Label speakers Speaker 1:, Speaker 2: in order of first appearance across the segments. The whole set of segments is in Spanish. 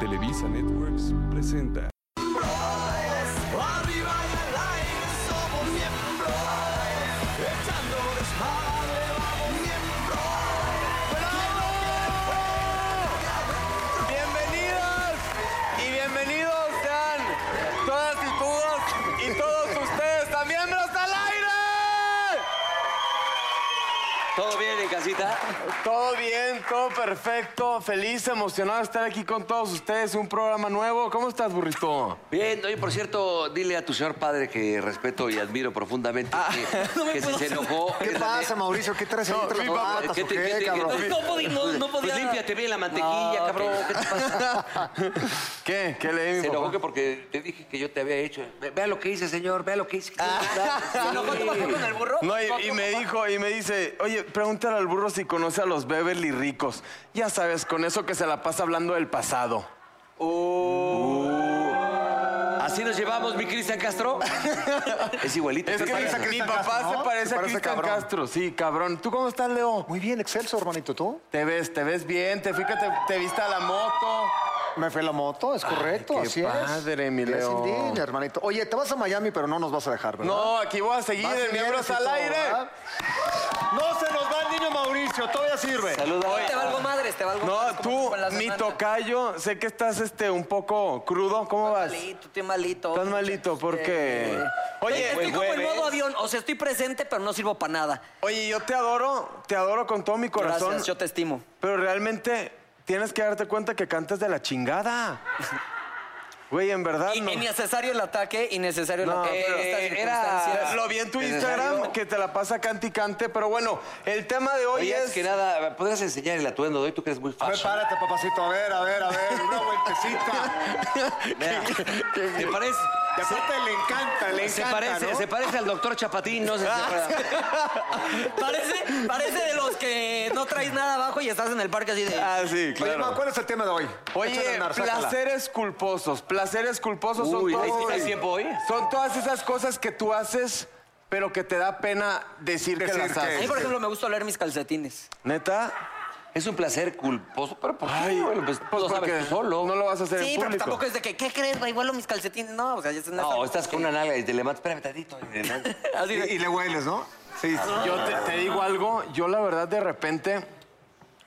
Speaker 1: Televisa Networks presenta.
Speaker 2: Arriba y al aire somos miembros, echando desmadre vamos miembros.
Speaker 3: Bienvenidas y bienvenidos sean todas y todos y todos ustedes también miembros al aire.
Speaker 4: ¿Todo bien en casita?
Speaker 3: Todo bien, todo perfecto, feliz, emocionado de estar aquí con todos ustedes, un programa nuevo. ¿Cómo estás, burrito?
Speaker 4: Bien, oye, por cierto, dile a tu señor padre que respeto y admiro profundamente que, que si se enojó...
Speaker 5: ¿Qué
Speaker 4: que-
Speaker 5: pasa, Mauricio? ¿Qué traes ahí
Speaker 3: No,
Speaker 5: entre
Speaker 3: mi
Speaker 5: las
Speaker 3: papá-
Speaker 5: patas
Speaker 4: ¿Qué
Speaker 5: o
Speaker 4: te-
Speaker 5: qué,
Speaker 4: qué te-
Speaker 5: cabrón?
Speaker 4: qué te- Pues límpiate bien la mantequilla, cabrón. ¿Qué te pasa?
Speaker 3: ¿Qué? ¿Qué leí, mi
Speaker 4: Se enojó
Speaker 3: papá?
Speaker 4: que porque te dije que yo te había hecho. Ve- Vea lo que hice, señor, vea lo que hice. Se enojó tu papá con el burro.
Speaker 3: No, y, y me dijo, y me dice, oye, pregúntale al burro si conoce a los Beverly ricos. Ya sabes, con eso que se la pasa hablando del pasado.
Speaker 5: Uh,
Speaker 4: Así nos llevamos, mi Cristian Castro. Es igualito.
Speaker 3: Es
Speaker 4: ¿qué
Speaker 3: que
Speaker 4: pasa?
Speaker 5: parece a
Speaker 3: mi, mi
Speaker 5: Cristian
Speaker 3: papá
Speaker 5: Castro,
Speaker 3: se
Speaker 5: ¿no?
Speaker 3: parece
Speaker 5: Se
Speaker 3: a
Speaker 5: parece
Speaker 3: Cristian
Speaker 5: cabrón.
Speaker 3: Castro. Sí, cabrón. ¿Tú cómo estás, Leo?
Speaker 5: Muy bien, excelso, hermanito. ¿Tú?
Speaker 3: Te ves, te ves bien, te fíjate, te viste a la moto.
Speaker 5: Me fue la moto, es correcto,
Speaker 3: qué
Speaker 5: así es.
Speaker 3: padre, mi
Speaker 5: Yes,
Speaker 3: Leo.
Speaker 5: indeed, hermanito. Oye, te vas a Miami, pero no nos vas a dejar, ¿verdad?
Speaker 3: No, aquí voy a seguir
Speaker 5: Vas
Speaker 3: en
Speaker 5: y vienes
Speaker 3: miembros
Speaker 5: y
Speaker 3: al
Speaker 5: todo,
Speaker 3: aire.
Speaker 5: ¿verdad? No se nos va el niño Mauricio, todavía sirve.
Speaker 4: Saluda.
Speaker 6: Te valgo madres, te valgo
Speaker 3: No,
Speaker 6: madres, como
Speaker 3: tú,
Speaker 6: con la
Speaker 3: mi
Speaker 6: semana.
Speaker 3: tocayo, sé que estás este un poco crudo. ¿Cómo
Speaker 6: Estoy
Speaker 3: vas?
Speaker 6: malito, estoy malito.
Speaker 3: Estás malito, ¿por qué?
Speaker 6: Eh,
Speaker 3: Oye, pues
Speaker 6: estoy
Speaker 3: el
Speaker 6: como en
Speaker 3: jueves.
Speaker 6: modo avión, o sea, estoy presente, pero no sirvo para nada.
Speaker 3: Oye, yo te adoro, te adoro con todo mi corazón.
Speaker 6: Gracias, yo te estimo.
Speaker 3: Pero realmente tienes que darte cuenta que cantas de la chingada. Güey, en verdad
Speaker 6: Y
Speaker 3: Ah, no.
Speaker 6: Innecesario el ataque, innecesario el
Speaker 3: No,
Speaker 6: ataque.
Speaker 3: pero-
Speaker 6: en estas
Speaker 4: Eh,
Speaker 6: circunstancias.
Speaker 4: era-
Speaker 3: Lo vi en tu
Speaker 4: Necesario.
Speaker 3: Instagram que te la pasa cante y cante, pero bueno, el tema de hoy
Speaker 4: Oye,
Speaker 3: es
Speaker 4: antes que nada, ¿podrías enseñar el atuendo de hoy? Tú que eres muy
Speaker 5: A ver,
Speaker 4: fashion.
Speaker 5: párate, papacito. A ver, a ver, a ver. Una vueltecita.
Speaker 4: Vea. ¿Te parece?
Speaker 5: Y aparte le encanta, le encanta,
Speaker 4: Se parece,
Speaker 5: ¿no?
Speaker 4: se parece al doctor Chapatín, no sé si se acuerda.
Speaker 6: Parece, parece de los que no traes nada abajo y estás en el parque así de.
Speaker 3: Ah, sí,
Speaker 5: Oye,
Speaker 3: claro.
Speaker 5: Ma, ¿cuál es el tema de hoy? Échale,
Speaker 3: Oye,
Speaker 5: Nar, sácala.
Speaker 3: placeres culposos. Placeres culposos
Speaker 4: Uy,
Speaker 3: son
Speaker 4: ¿hay-
Speaker 3: todos-
Speaker 4: hay tiempo hoy?
Speaker 3: Son todas esas cosas que tú haces, pero que te da pena decir, que
Speaker 5: Decir
Speaker 3: las
Speaker 5: que-
Speaker 6: A mí,
Speaker 3: haces.
Speaker 6: por ejemplo, me gusta oler mis calcetines.
Speaker 3: ¿Neta?
Speaker 4: Es un placer culposo, pero ¿por qué? Bueno, pues,
Speaker 3: pues
Speaker 4: lo
Speaker 3: porque
Speaker 4: sabes tú solo.
Speaker 3: No lo vas a hacer
Speaker 6: Sí,
Speaker 3: en
Speaker 6: pero pues
Speaker 3: público.
Speaker 6: tampoco es de que, ¿qué crees, güey? Huelo mis calcetines. No, o sea, ya es una-
Speaker 4: No, estás con una nalga y te levantas, espérame tantito. y te-
Speaker 6: Así de-
Speaker 5: Y, y le hueles, ¿no? Sí.
Speaker 3: Yo te, te digo algo, yo la verdad de repente,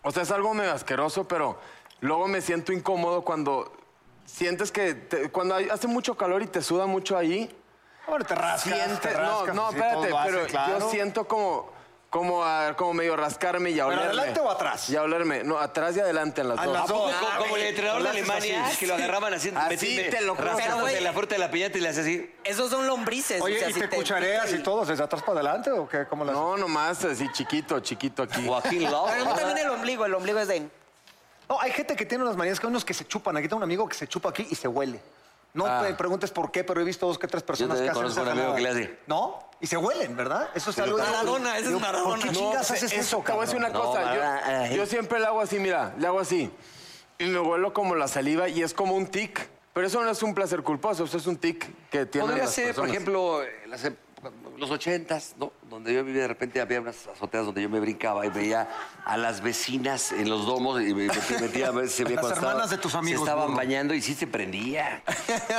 Speaker 3: o sea, es algo medio asqueroso, pero luego me siento incómodo cuando sientes que, te- cuando hay- hace mucho calor y te suda mucho ahí,
Speaker 5: Bueno, te rascas, te
Speaker 3: sientes, no,
Speaker 5: rascas,
Speaker 3: no,
Speaker 5: así, todo
Speaker 3: espérate,
Speaker 5: lo hace,
Speaker 3: pero yo
Speaker 5: claro.
Speaker 3: siento como, como, a- como medio rascarme y a
Speaker 5: ¿Pero
Speaker 3: olerme.
Speaker 5: adelante o atrás?
Speaker 3: Y a olerme, no, atrás y adelante en las
Speaker 5: A
Speaker 3: dos.
Speaker 5: las
Speaker 4: ¿A poco
Speaker 5: Ah,
Speaker 4: co- como el
Speaker 5: güey,
Speaker 4: entrenador de
Speaker 5: lo haces
Speaker 4: Alemania,
Speaker 5: así.
Speaker 4: que lo agarraban así,
Speaker 3: Así,
Speaker 4: metiéndole-
Speaker 3: te lo juro.
Speaker 4: raspándote
Speaker 6: Pero,
Speaker 4: la
Speaker 6: güey.
Speaker 4: fruta de la piñata y le haces así.
Speaker 6: Esos son lombrices. o sea,
Speaker 5: Oye, ¿y
Speaker 6: si
Speaker 5: te cuchareas y todo desde atrás para adelante o qué? ¿Cómo las...
Speaker 3: No, nomás así chiquito, chiquito aquí.
Speaker 4: Joaquín
Speaker 6: Pero a mí
Speaker 4: Love.
Speaker 6: también el ombligo, el ombligo es de.
Speaker 5: No, hay gente que tiene unas manías que hay unos que se chupan. Aquí tengo un amigo que se chupa aquí y se huele. No te preguntes por qué, pero he visto dos que tres personas
Speaker 4: Ah. también
Speaker 5: que hacen
Speaker 4: conozco
Speaker 5: esa
Speaker 4: un amigo
Speaker 5: jalada.
Speaker 4: que le hace.
Speaker 5: ¿No? Y se huelen, ¿verdad? Eso es algo... de-
Speaker 6: Maradona, ese es
Speaker 5: Digo, ¿Por
Speaker 6: Maradona.
Speaker 5: qué
Speaker 6: No,
Speaker 5: chingas
Speaker 3: se-
Speaker 5: haces Eh, eso,
Speaker 3: Te voy a decir una
Speaker 5: cabrón?
Speaker 3: cosa.
Speaker 4: ¿verdad?
Speaker 3: Yo, yo siempre le hago así, mira, le hago así. Y me vuelo como la saliva y es como un tic. Pero eso no es un placer culposo, eso es un tic que tiene.
Speaker 4: Podría ser, por ejemplo, en las ép- los ochentas, ¿no? Donde yo vivía, de repente había unas azoteas donde yo me brincaba y veía a las vecinas en los domos y me me metía a ver si se veía
Speaker 5: Las
Speaker 4: cuando
Speaker 5: hermanas
Speaker 4: estaba-
Speaker 5: de tus amigos,
Speaker 4: Se estaban
Speaker 5: burro.
Speaker 4: bañando y sí se prendía.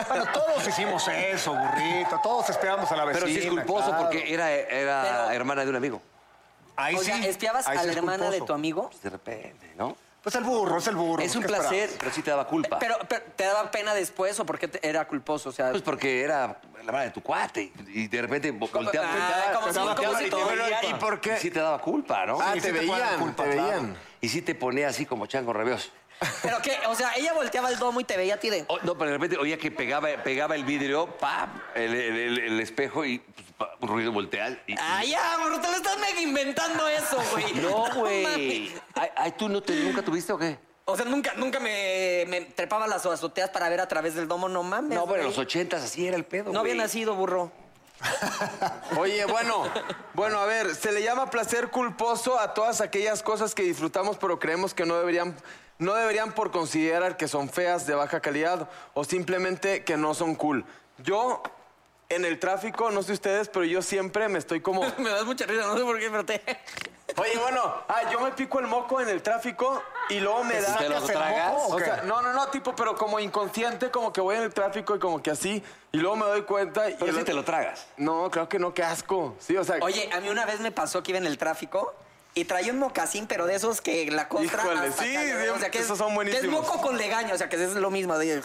Speaker 5: Bueno, todos hicimos eso, burrito. Todos esperamos a la
Speaker 6: Pues
Speaker 5: vecina.
Speaker 4: Pero sí es culposo
Speaker 5: claro.
Speaker 4: porque era, era
Speaker 6: Pero-
Speaker 4: hermana de un amigo.
Speaker 5: Ahí
Speaker 6: O sea,
Speaker 5: sí,
Speaker 6: espiabas
Speaker 5: ahí
Speaker 6: a
Speaker 5: sí
Speaker 6: la
Speaker 5: es
Speaker 6: hermana de
Speaker 5: culposo.
Speaker 6: tu amigo.
Speaker 4: Pues de repente, ¿no?
Speaker 5: Pues el burro, es el burro.
Speaker 4: Es un
Speaker 5: ¿qué
Speaker 4: placer,
Speaker 5: esperabas?
Speaker 4: pero sí te daba culpa.
Speaker 6: Pero, pero, ¿te daba pena después o por qué te- era culposo? O sea,
Speaker 4: Pues porque era la madre de tu cuate. Y de repente vo- volteaba.
Speaker 6: Ah, como si-
Speaker 4: volteaba
Speaker 6: como si
Speaker 4: y
Speaker 6: te
Speaker 4: te veía,
Speaker 6: veían.
Speaker 4: y por qué? Y sí te daba culpa, ¿no?
Speaker 3: Ah,
Speaker 4: Y sí
Speaker 3: te
Speaker 4: ponía
Speaker 3: veían, te
Speaker 4: claro.
Speaker 3: veían.
Speaker 4: Y sí te ponía así como chango rabioso.
Speaker 6: pero qué, o sea, ella volteaba el domo y te veía a ti de.
Speaker 4: O- no, pero de repente oía que pegaba, pegaba el vidrio, pa, el, el- el- el espejo y pues, pa, un ruido volteal. Y,
Speaker 6: Ay, amor, te lo estás mega inventando eso, güey.
Speaker 4: No, güey.
Speaker 6: mames.
Speaker 4: Ay, ay, ¿Tú no te, nunca tuviste o qué?
Speaker 6: O sea, nunca, nunca me, me trepaba las azoteas para ver a través del domo, no mames.
Speaker 4: No, pero en
Speaker 6: güey.
Speaker 4: los ochentas así era el pedo.
Speaker 6: No había
Speaker 4: güey.
Speaker 6: nacido, burro.
Speaker 3: Oye, bueno, bueno, a ver, se le llama placer culposo a todas aquellas cosas que disfrutamos pero creemos que no deberían, no deberían por considerar que son feas, de baja calidad o simplemente que no son cool. Yo en el tráfico, no sé ustedes, pero yo siempre me estoy como
Speaker 6: Me das mucha risa, no sé por qué, pero te.
Speaker 3: Oye, bueno, ah, yo me pico el moco en el tráfico y luego me da.
Speaker 4: ¿Te los
Speaker 3: ¿Sacas el
Speaker 4: tragas?
Speaker 3: moco o
Speaker 5: ¿O
Speaker 3: sea,
Speaker 5: qué?
Speaker 3: no, no, no, tipo, pero como inconsciente, como que voy en el tráfico y como que así, y luego me doy cuenta. y
Speaker 4: Pero
Speaker 3: el
Speaker 4: sí
Speaker 3: otro-
Speaker 4: te lo tragas.
Speaker 3: No, creo que no, qué asco. Sí, o sea.
Speaker 6: Oye, a mí una vez me pasó que iba en el tráfico y traía un mocasín, pero de esos que la contra.
Speaker 3: Híjole,
Speaker 6: hasta
Speaker 3: sí,
Speaker 6: acá, güey.
Speaker 3: sí,
Speaker 6: es-
Speaker 3: esos son
Speaker 6: Que es
Speaker 3: buenísimos.
Speaker 6: moco con legaño, o sea, que es lo mismo. de-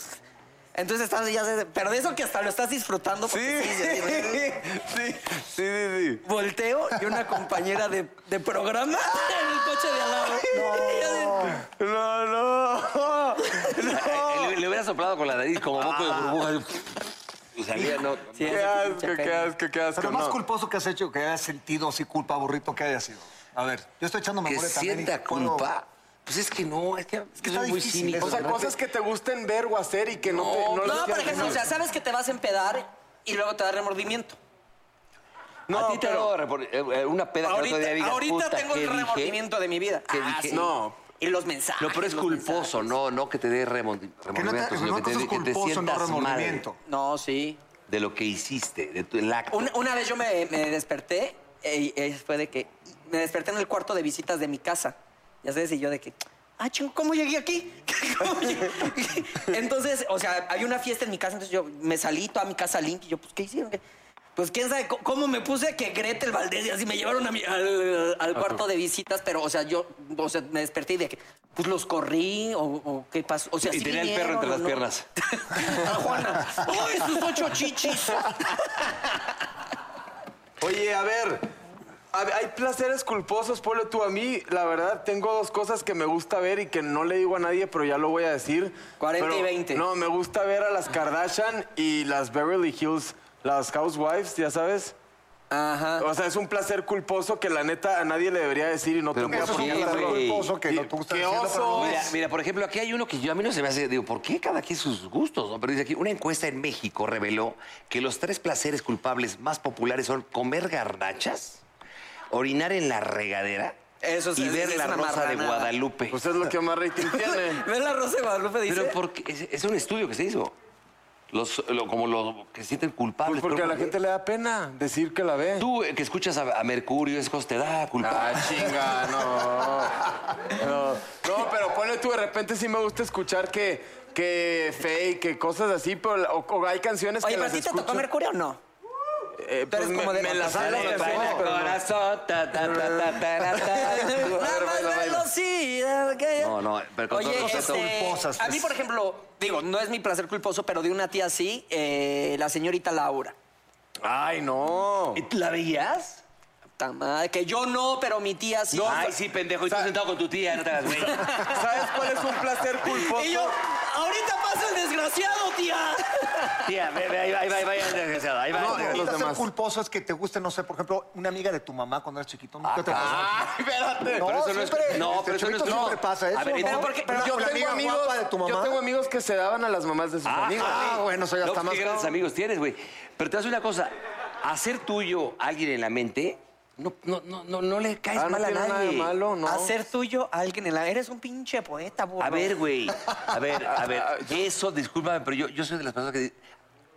Speaker 6: Entonces estás, ya sé- pero de eso que hasta lo estás disfrutando.
Speaker 3: sí.
Speaker 6: porque sí,
Speaker 3: sí, sí, sí, sí.
Speaker 6: Volteo y una compañera de, de programa en el coche de al lado. Y yo de-
Speaker 3: No, no.
Speaker 4: Eh, Le, le hubiera soplado con la nariz como moco de burbuja. Y salía, no.
Speaker 6: Sí,
Speaker 3: Qué
Speaker 6: eso sí,
Speaker 3: asco,
Speaker 6: mucha
Speaker 3: qué
Speaker 6: pena.
Speaker 3: asco, qué asco.
Speaker 5: Pero más
Speaker 3: no.
Speaker 5: culposo que has hecho, que hayas sentido así culpa, burrito, que haya sido. A ver, yo estoy echando
Speaker 4: que
Speaker 5: memoria también. y
Speaker 4: sienta
Speaker 5: puedo-
Speaker 4: culpa. Pues es que no, es que, es
Speaker 5: está
Speaker 4: muy
Speaker 5: difícil
Speaker 4: cínico.
Speaker 5: eso,
Speaker 3: O sea, cosas que te gusten ver o hacer y que no, te. No,
Speaker 6: No,
Speaker 3: les
Speaker 6: por
Speaker 3: quieras
Speaker 6: ejemplo, o
Speaker 3: decir.
Speaker 6: sea, sabes que te vas a empedar y luego te da remordimiento.
Speaker 3: No,
Speaker 4: a ti te
Speaker 3: pero-
Speaker 4: ha dado repor- eh, eh, una peda que el
Speaker 6: Ahorita,
Speaker 4: otro día digas,
Speaker 6: ahorita
Speaker 4: "Puta,
Speaker 6: tengo
Speaker 4: ¿qué
Speaker 6: el
Speaker 4: dije?".
Speaker 6: remordimiento de mi vida.
Speaker 4: ¿Qué
Speaker 6: Ah,
Speaker 4: dije?
Speaker 6: sí.
Speaker 3: No.
Speaker 6: Y los mensajes.
Speaker 4: No, pero es
Speaker 6: los
Speaker 4: culposo,
Speaker 6: mensajes.
Speaker 4: no, no que te dé remor-
Speaker 5: pues, Que no te,
Speaker 4: remordimiento, sino
Speaker 5: no
Speaker 4: que te,
Speaker 5: cosas
Speaker 4: dé- que te
Speaker 5: culposo, no
Speaker 4: sientas mal
Speaker 5: remordimiento.
Speaker 6: No, sí.
Speaker 4: de lo que hiciste, de tu, el acto.
Speaker 6: Una, una vez yo me, me desperté, eh, eh, fue de que me desperté en el cuarto de visitas de mi casa. Ya sabes, y yo de que, ah, chingo, ¿cómo llegué aquí? ¿Cómo llegué? entonces, o sea, había una fiesta en mi casa, entonces yo me salí, toda mi casa limpia. Y yo, pues, ¿qué hicieron? ¿Qué? Pues quién sabe co- cómo me puse que Gretel Valdés y así me llevaron a mi- al, al cuarto de visitas, pero, o sea, yo, o sea, me desperté y de que, pues los corrí o, o qué pasó. O sea,
Speaker 4: y
Speaker 6: sí
Speaker 4: tenía el perro
Speaker 6: vinieron,
Speaker 4: entre las
Speaker 6: ¿no?
Speaker 4: piernas.
Speaker 6: A Juana. ¡Ay, sus ocho chichis!
Speaker 3: Oye, a ver, a ver, hay placeres culposos, Polo, tú a mí, la verdad, tengo dos cosas que me gusta ver y que no le digo a nadie, pero ya lo voy a decir.
Speaker 6: 40 y
Speaker 3: Pero,
Speaker 6: 20.
Speaker 3: No, me gusta ver a las Kardashian y las Beverly Hills, las Housewives, ya sabes.
Speaker 6: Ajá.
Speaker 3: O sea, es un placer culposo que la neta a nadie le debería decir y no
Speaker 4: Pero pues
Speaker 3: tendría
Speaker 5: Eso es
Speaker 3: por qué
Speaker 5: un placer
Speaker 4: Sí,
Speaker 3: hacerlo.
Speaker 4: güey.
Speaker 5: culposo que no te gusta
Speaker 3: Qué
Speaker 5: decirlo, pero lo
Speaker 3: oso.
Speaker 5: ves.
Speaker 4: Mira, mira, por ejemplo, aquí hay uno que yo a mí no se me hace, digo, ¿por qué cada quien sus gustos? no? Pero dice aquí, una encuesta en México reveló que los tres placeres culpables más populares son comer garnachas, orinar en la regadera
Speaker 6: Eso es-
Speaker 4: y
Speaker 6: es-
Speaker 4: ver
Speaker 6: es
Speaker 4: la
Speaker 6: una
Speaker 4: rosa de
Speaker 6: marranada.
Speaker 4: Guadalupe.
Speaker 3: Pues es lo que más rating tiene.
Speaker 6: ¿Ves la Rosa de Guadalupe? Dice,
Speaker 4: Pero porque es, es un estudio que se hizo. Los, lo- como los que se sienten culpables.
Speaker 3: Pues porque a
Speaker 4: pero-
Speaker 3: la gente le da pena decir que la ve.
Speaker 4: Tú eh, que escuchas a, a Mercurio, esas cosas te da
Speaker 3: Ah,
Speaker 4: culpa.
Speaker 3: chinga, no. no. No, pero ponle tú, de repente sí me gusta escuchar que, que fake, que cosas así, pero la- o, o hay canciones
Speaker 6: Oye,
Speaker 3: que
Speaker 6: ¿pero a
Speaker 3: las
Speaker 6: ti te
Speaker 3: escucho.
Speaker 6: tocó Mercurio o no?
Speaker 3: Eh, pues
Speaker 6: eres
Speaker 3: me,
Speaker 6: como de
Speaker 3: me las sé
Speaker 6: Monterrey,
Speaker 3: las
Speaker 6: ¿verdad?
Speaker 3: canciones, pero no.
Speaker 6: La más velocidad que-
Speaker 4: No, no, pero con todo
Speaker 6: Oye,
Speaker 4: respeto.
Speaker 6: este,
Speaker 5: Culposas,
Speaker 6: a mí,
Speaker 5: pues.
Speaker 6: por ejemplo, digo, no es mi placer culposo, pero de una tía sí, eh, la señorita Laura.
Speaker 3: Ay, no.
Speaker 4: ¿La veías?
Speaker 6: Ta madre, Que yo no, pero mi tía sí.
Speaker 4: Ay, sí, pendejo. Y tú sentado con tu tía, no te hagas güey.
Speaker 3: ¿Sabes cuál es un placer culposo?
Speaker 6: Y yo, ahorita pasa el desgraciado, tía.
Speaker 4: Tía, ve, ve, ahí va, ahí va, ahí va, desgraciada, ahí va.
Speaker 3: No,
Speaker 4: desgraciada.
Speaker 3: los
Speaker 5: Ahorita ser
Speaker 3: demás.
Speaker 5: culposo es que te guste, no sé, por ejemplo, una amiga de tu mamá cuando eras chiquito. Nunca te pasó.
Speaker 3: Ay, espérate.
Speaker 5: No,
Speaker 4: Ah, pero eso no es-
Speaker 5: siempre,
Speaker 4: no,
Speaker 5: este
Speaker 4: pero eso no
Speaker 5: chavito
Speaker 4: es-
Speaker 5: siempre
Speaker 4: no.
Speaker 5: pasa eso,
Speaker 4: A ver,
Speaker 5: ¿no?
Speaker 4: pero
Speaker 6: porque- pero
Speaker 5: La-
Speaker 3: yo,
Speaker 5: la
Speaker 3: tengo
Speaker 5: amiga
Speaker 3: amigos,
Speaker 5: guapa de tu mamá.
Speaker 3: yo tengo amigos que se daban a las mamás de sus amigos.
Speaker 5: Ah, bueno, eso ya
Speaker 4: No,
Speaker 5: está
Speaker 4: pues,
Speaker 5: más
Speaker 4: qué grandes
Speaker 5: cabrón.
Speaker 4: amigos tienes, güey. Pero te voy a decir una cosa. Hacer tuyo a alguien en la mente, no, no, no, no, no le caes
Speaker 3: Ah, no
Speaker 4: mal a
Speaker 3: tiene
Speaker 4: nadie.
Speaker 3: nada de malo, ¿no?
Speaker 6: Hacer tuyo a alguien en la... Eres un pinche poeta, burro.
Speaker 4: A ver, güey. A ver, a ver. Eso, discúlpame, pero yo, yo soy de las personas que. di-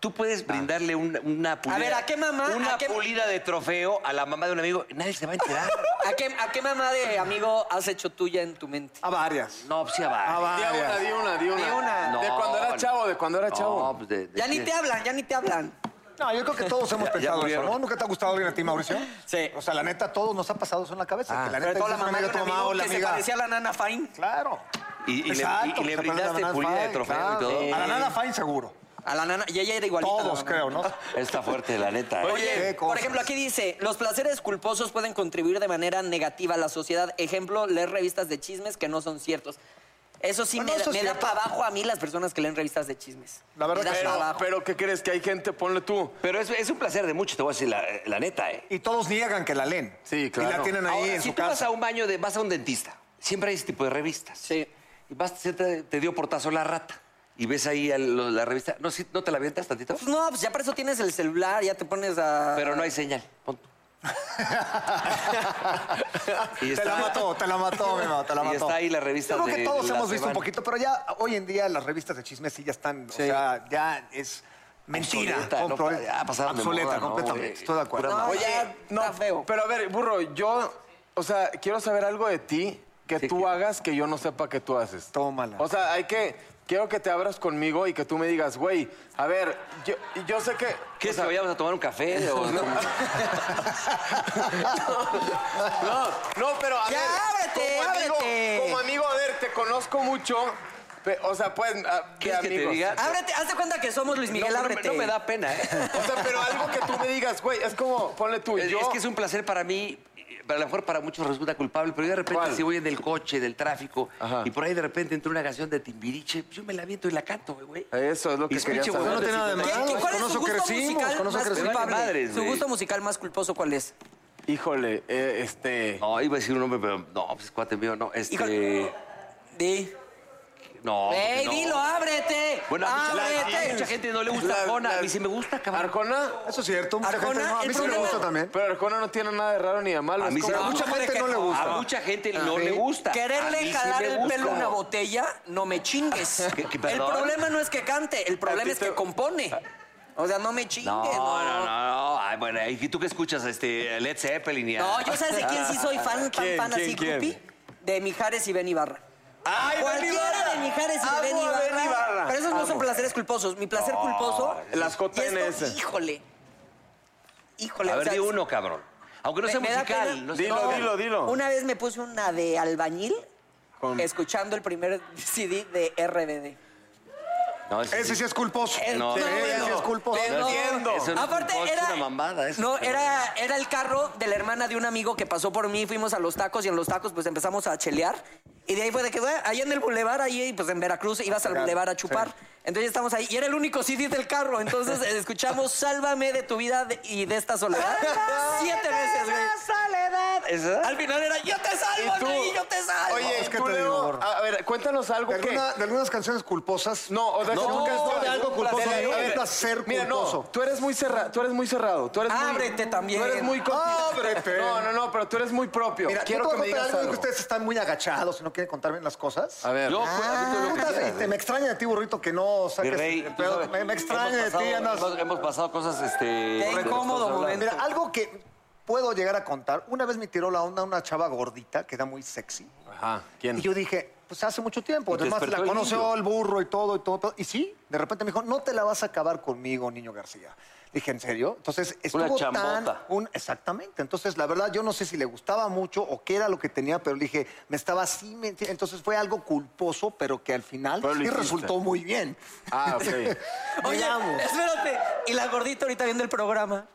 Speaker 4: Tú puedes brindarle una, una pulida.
Speaker 6: ver, ¿a qué mamá?
Speaker 4: Una
Speaker 6: ¿A qué-
Speaker 4: pulida de trofeo a la mamá de un amigo. Nadie se va a enterar.
Speaker 6: ¿A qué, ¿A qué mamá de amigo has hecho tuya en tu mente?
Speaker 5: A varias.
Speaker 4: No, pues sí, va.
Speaker 5: A
Speaker 3: Di una,
Speaker 5: varias.
Speaker 3: di una, di una.
Speaker 6: Di una.
Speaker 3: de
Speaker 4: No,
Speaker 3: cuando era
Speaker 4: no.
Speaker 3: chavo, de cuando era chavo.
Speaker 4: No, pues de, de-
Speaker 6: Ya ni
Speaker 4: de-
Speaker 6: te hablan, ya ni te hablan.
Speaker 5: No, yo creo que todos hemos
Speaker 4: Ya- ya
Speaker 5: pensado eso,
Speaker 4: murieron.
Speaker 5: ¿no? ¿Nunca te ha gustado alguien a ti, Mauricio?
Speaker 6: Sí.
Speaker 5: O sea, la neta, a todos nos ha pasado eso en la cabeza.
Speaker 4: Ah.
Speaker 5: que la
Speaker 6: Sobre
Speaker 5: neta,
Speaker 6: todo la
Speaker 5: dices, una
Speaker 6: mamá de
Speaker 5: amiga,
Speaker 6: un amigo que se parecía a la nana Fine.
Speaker 5: Claro.
Speaker 4: Y- y le-
Speaker 5: Exacto,
Speaker 4: y le
Speaker 5: se parece
Speaker 4: brindaste
Speaker 5: a la Nana
Speaker 4: pulida de
Speaker 5: Fine,
Speaker 4: trofeo y todo.
Speaker 5: A la nada fine, seguro.
Speaker 6: A la nana, y ella era igualita. a la
Speaker 5: Todos,
Speaker 6: nana.
Speaker 5: creo, ¿no?
Speaker 4: Está fuerte, la neta. ¿eh?
Speaker 5: Qué
Speaker 6: Oye, por
Speaker 5: cosas.
Speaker 6: ejemplo, aquí dice, los placeres culposos pueden contribuir de manera negativa a la sociedad. Ejemplo, leer revistas de chismes que no son ciertos. Eso sí
Speaker 5: Bueno,
Speaker 6: me, da-
Speaker 5: Pues eso es
Speaker 6: me da
Speaker 5: cierto.
Speaker 6: para abajo a mí las personas que leen revistas de chismes.
Speaker 5: La verdad
Speaker 6: Me da
Speaker 5: que
Speaker 6: pa'
Speaker 5: no,
Speaker 6: abajo.
Speaker 3: Pero, ¿qué crees? Que hay gente, ponle tú.
Speaker 4: Pero es, es un placer de mucho, te voy a decir la, la neta, ¿eh?
Speaker 5: Y todos niegan que la leen.
Speaker 3: Sí, claro.
Speaker 5: Y la tienen ahí
Speaker 4: Ahora,
Speaker 5: en
Speaker 4: si
Speaker 5: su
Speaker 4: tú vas
Speaker 5: casa.
Speaker 4: a un baño, de, vas a un dentista, siempre hay ese tipo de revistas.
Speaker 6: Sí.
Speaker 4: Y vas, se te, te dio portazo la rata. Y ves ahí a lo- la revista. ¿No, sí- ¿No te la avientas tantito?
Speaker 6: Pues no, pues ya para eso tienes el celular, ya te pones a...
Speaker 4: Pero no hay señal. Pon tú. Y
Speaker 5: Te la mató, te la mató, mi mamá, te la
Speaker 4: y
Speaker 5: mató.
Speaker 4: está ahí la revista
Speaker 5: Yo creo
Speaker 4: de-
Speaker 5: que todos
Speaker 4: de la
Speaker 5: hemos visto un
Speaker 4: semana.
Speaker 5: poquito, pero ya hoy en día las revistas de chismes sí ya están, o sea, ya es mentira.
Speaker 4: Obsoleta, ¿no?
Speaker 5: compro-
Speaker 4: Ya pasaron de
Speaker 5: obsoleta,
Speaker 4: moda, ¿no,
Speaker 5: completamente.
Speaker 4: güey?
Speaker 5: Estoy de acuerdo.
Speaker 4: Pura
Speaker 6: No,
Speaker 3: Oye,
Speaker 6: ya está feo.
Speaker 3: Pero a ver, burro, yo, o sea, quiero saber algo de ti que
Speaker 4: Sí,
Speaker 3: tú
Speaker 4: que-
Speaker 3: hagas que yo no sepa que tú haces.
Speaker 5: Tómala.
Speaker 3: O sea, hay que, quiero que te abras conmigo y que tú me digas, güey, a ver, yo, yo sé que...
Speaker 4: ¿Qué
Speaker 3: o
Speaker 4: es
Speaker 3: sea,
Speaker 4: que vayamos a tomar un café? O,
Speaker 3: No, no, pero a
Speaker 6: Ya,
Speaker 3: ver,
Speaker 6: ábrete,
Speaker 3: como amigo-
Speaker 6: ábrete.
Speaker 3: como amigo, a ver, te conozco mucho, pe- o sea, pues, a- de
Speaker 4: ¿Quieres que te
Speaker 3: amigos.
Speaker 4: diga?
Speaker 6: Ábrete, haz de cuenta que somos Luis Miguel,
Speaker 4: no, no me-
Speaker 6: ábrete.
Speaker 4: no me da pena, ¿eh?
Speaker 3: O sea, pero algo que tú me digas, güey, es como, ponle tú,
Speaker 4: Es,
Speaker 3: yo...
Speaker 4: es que es un placer para mí, a lo mejor para muchos resulta culpable, pero yo de repente
Speaker 3: ¿Cuál?
Speaker 4: si voy en el coche, del tráfico,
Speaker 3: Ajá.
Speaker 4: y por ahí de repente entra una canción de Timbiriche, yo me la viento y la canto, güey.
Speaker 3: Eso es lo que
Speaker 4: Y es
Speaker 3: quería
Speaker 4: pinche
Speaker 3: saber.
Speaker 4: huevón
Speaker 5: No tiene nada de
Speaker 6: ¿Qué-
Speaker 5: malo,
Speaker 6: qué- ¿Cuál es
Speaker 5: con
Speaker 6: su
Speaker 5: eso
Speaker 6: gusto
Speaker 5: crecimos,
Speaker 6: musical
Speaker 5: con eso
Speaker 6: más
Speaker 5: crecimos.
Speaker 6: culpable?
Speaker 4: Madres,
Speaker 6: ¿Su
Speaker 4: güey.
Speaker 6: gusto musical más culposo cuál es?
Speaker 3: Híjole, eh, este...
Speaker 4: No, iba a decir un nombre, pero no, pues cuate mío, no. Este.
Speaker 6: Híjole. Di.
Speaker 4: No.
Speaker 6: ¡Ey,
Speaker 4: no.
Speaker 6: dilo, ah. ábrete!
Speaker 4: Bueno, a mucha,
Speaker 6: ¡Ábrete!
Speaker 4: a mucha gente no le gusta
Speaker 3: La-
Speaker 4: Arjona.
Speaker 3: la-
Speaker 4: A mí sí me gusta, cabrón.
Speaker 3: ¿Arjona?
Speaker 5: Eso es cierto, mucha
Speaker 6: Arjona,
Speaker 5: gente no, a
Speaker 6: el
Speaker 5: mí sí me
Speaker 6: problema-
Speaker 5: gusta también.
Speaker 3: Pero Arjona no tiene nada de raro ni de malo.
Speaker 4: A mí
Speaker 3: es como-
Speaker 4: sí me
Speaker 5: a
Speaker 4: gusta.
Speaker 5: mucha
Speaker 6: ¿cómo de
Speaker 5: gente
Speaker 6: que
Speaker 5: no le
Speaker 6: no?
Speaker 5: gusta. Ah,
Speaker 4: A mucha gente no
Speaker 5: Sí.
Speaker 4: le gusta. A mí
Speaker 6: Quererle
Speaker 4: sí
Speaker 6: jalar
Speaker 4: me
Speaker 6: el
Speaker 4: gusta.
Speaker 6: pelo a una botella, no me chingues.
Speaker 4: ¿Qué- qué,
Speaker 6: el
Speaker 4: perdón?
Speaker 6: problema no es que cante, el
Speaker 3: A
Speaker 6: problema
Speaker 3: ti
Speaker 6: es que
Speaker 3: te-
Speaker 6: compone. O sea, no me chingues.
Speaker 4: No, no, no, no. Ay, bueno, ¿y tú qué escuchas? Este, Led Zeppelin y a-
Speaker 6: No, yo sabes de quién sí soy fan,
Speaker 3: ¿Quién,
Speaker 6: tan fan así,
Speaker 3: quién, quién?
Speaker 6: grupi, de Mijares y Ben Ibarra.
Speaker 3: ¡Ay,
Speaker 6: Cualquiera de Mijares y de Ben
Speaker 3: Amo a
Speaker 6: Ibarra.
Speaker 3: Ben Ibarra.
Speaker 6: Pero esos no son placeres culposos. Mi placer culposo.
Speaker 3: las
Speaker 6: y esto,
Speaker 3: JNS.
Speaker 6: Híjole. Híjole.
Speaker 4: A
Speaker 6: o
Speaker 4: ver,
Speaker 6: sea,
Speaker 4: di uno, cabrón. Aunque no
Speaker 6: me-
Speaker 4: sea
Speaker 6: me da pena.
Speaker 4: musical. No sea-
Speaker 3: Dilo, dilo, dilo.
Speaker 6: Una vez me puse una de albañil
Speaker 3: Con-
Speaker 6: escuchando el primer CD de RBD.
Speaker 4: No,
Speaker 5: Ese sí es culposo.
Speaker 6: El-
Speaker 4: No,
Speaker 5: Ese
Speaker 6: bueno.
Speaker 5: sí es culposo.
Speaker 6: Te
Speaker 4: No,
Speaker 3: entiendo.
Speaker 4: eso no es
Speaker 6: Aparte
Speaker 4: culposo,
Speaker 6: era
Speaker 4: es una mamada eso.
Speaker 6: no era era el carro de la hermana de un amigo que pasó por mí, fuimos a los tacos y en los tacos pues empezamos a chelear y de ahí fue de que bueno, ahí en el bulevar ahí pues en Veracruz ibas al
Speaker 5: Claro,
Speaker 6: bulevar a chupar.
Speaker 5: sí.
Speaker 6: Entonces estamos ahí y era el único CD del carro, entonces eh, escuchamos Sálvame de tu vida de- y de esta soledad siete veces, güey.
Speaker 4: soledad. ¿Esa?
Speaker 6: Al final era yo te salvo, Ney, yo te salvo.
Speaker 3: Oye,
Speaker 5: Es que
Speaker 3: tú,
Speaker 5: te digo,
Speaker 3: Leo,
Speaker 5: gorro.
Speaker 3: a ver, cuéntanos algo
Speaker 5: De,
Speaker 3: que...
Speaker 5: alguna- de algunas canciones culposas.
Speaker 3: No, o de
Speaker 5: No,
Speaker 3: tú que has-
Speaker 5: no, de algo
Speaker 3: un
Speaker 5: culposo,
Speaker 3: placer.
Speaker 5: de un
Speaker 3: A ver,
Speaker 5: placer
Speaker 3: Mira, no,
Speaker 5: culposo.
Speaker 3: tú eres muy cerrado, tú eres muy cerrado, tú eres muy-
Speaker 6: Ábrete también.
Speaker 3: Tú eres muy con-
Speaker 5: Ábrete.
Speaker 3: No, no, no, pero tú eres muy propio.
Speaker 5: Mira,
Speaker 3: Quiero
Speaker 5: yo
Speaker 3: que
Speaker 5: te
Speaker 3: me
Speaker 5: voy a
Speaker 3: digas
Speaker 5: contar algo,
Speaker 3: algo.
Speaker 5: que ustedes Ah. están muy agachados y no quieren contar bien las cosas.
Speaker 3: A ver.
Speaker 4: Yo, pues, admito lo que
Speaker 5: Puta,
Speaker 4: quieras,
Speaker 5: este,
Speaker 4: ¿eh?
Speaker 5: me extraña de ti, burrito, que no
Speaker 4: Mi
Speaker 5: saques
Speaker 4: rey,
Speaker 5: el
Speaker 4: tú
Speaker 5: pedo.
Speaker 4: sabes,
Speaker 5: Me, me extraña
Speaker 4: hemos
Speaker 5: de ti,
Speaker 4: pasado-
Speaker 5: andas...
Speaker 4: Hemos, hemos pasado cosas, este... de las que
Speaker 6: incómodo
Speaker 4: estamos hablando.
Speaker 6: momento.
Speaker 5: Mira, algo que puedo llegar a contar. Una vez me tiró la onda una chava gordita que era muy sexy.
Speaker 3: Ajá, ¿quién?
Speaker 5: Y yo dije, pues hace mucho tiempo.
Speaker 4: Y te
Speaker 5: Además,
Speaker 4: despertó
Speaker 5: la
Speaker 4: el niño.
Speaker 5: conoció el burro y todo, y todo, todo. Y sí, de repente me dijo, no te la vas a acabar conmigo, niño García. Dije, ¿en serio? Entonces,
Speaker 4: Una
Speaker 5: estuvo tan...
Speaker 4: chambota.
Speaker 5: un- exactamente. Entonces, la verdad, yo no sé si le gustaba mucho o qué era lo que tenía, pero le dije, me estaba así... me- Entonces, fue algo culposo, pero que al final
Speaker 3: Pero lo
Speaker 5: sí
Speaker 3: hiciste.
Speaker 5: resultó muy bien.
Speaker 3: Ah, ok.
Speaker 6: Oye, eh,
Speaker 5: Digamos.
Speaker 6: espérate. Y la gordita ahorita viendo el programa.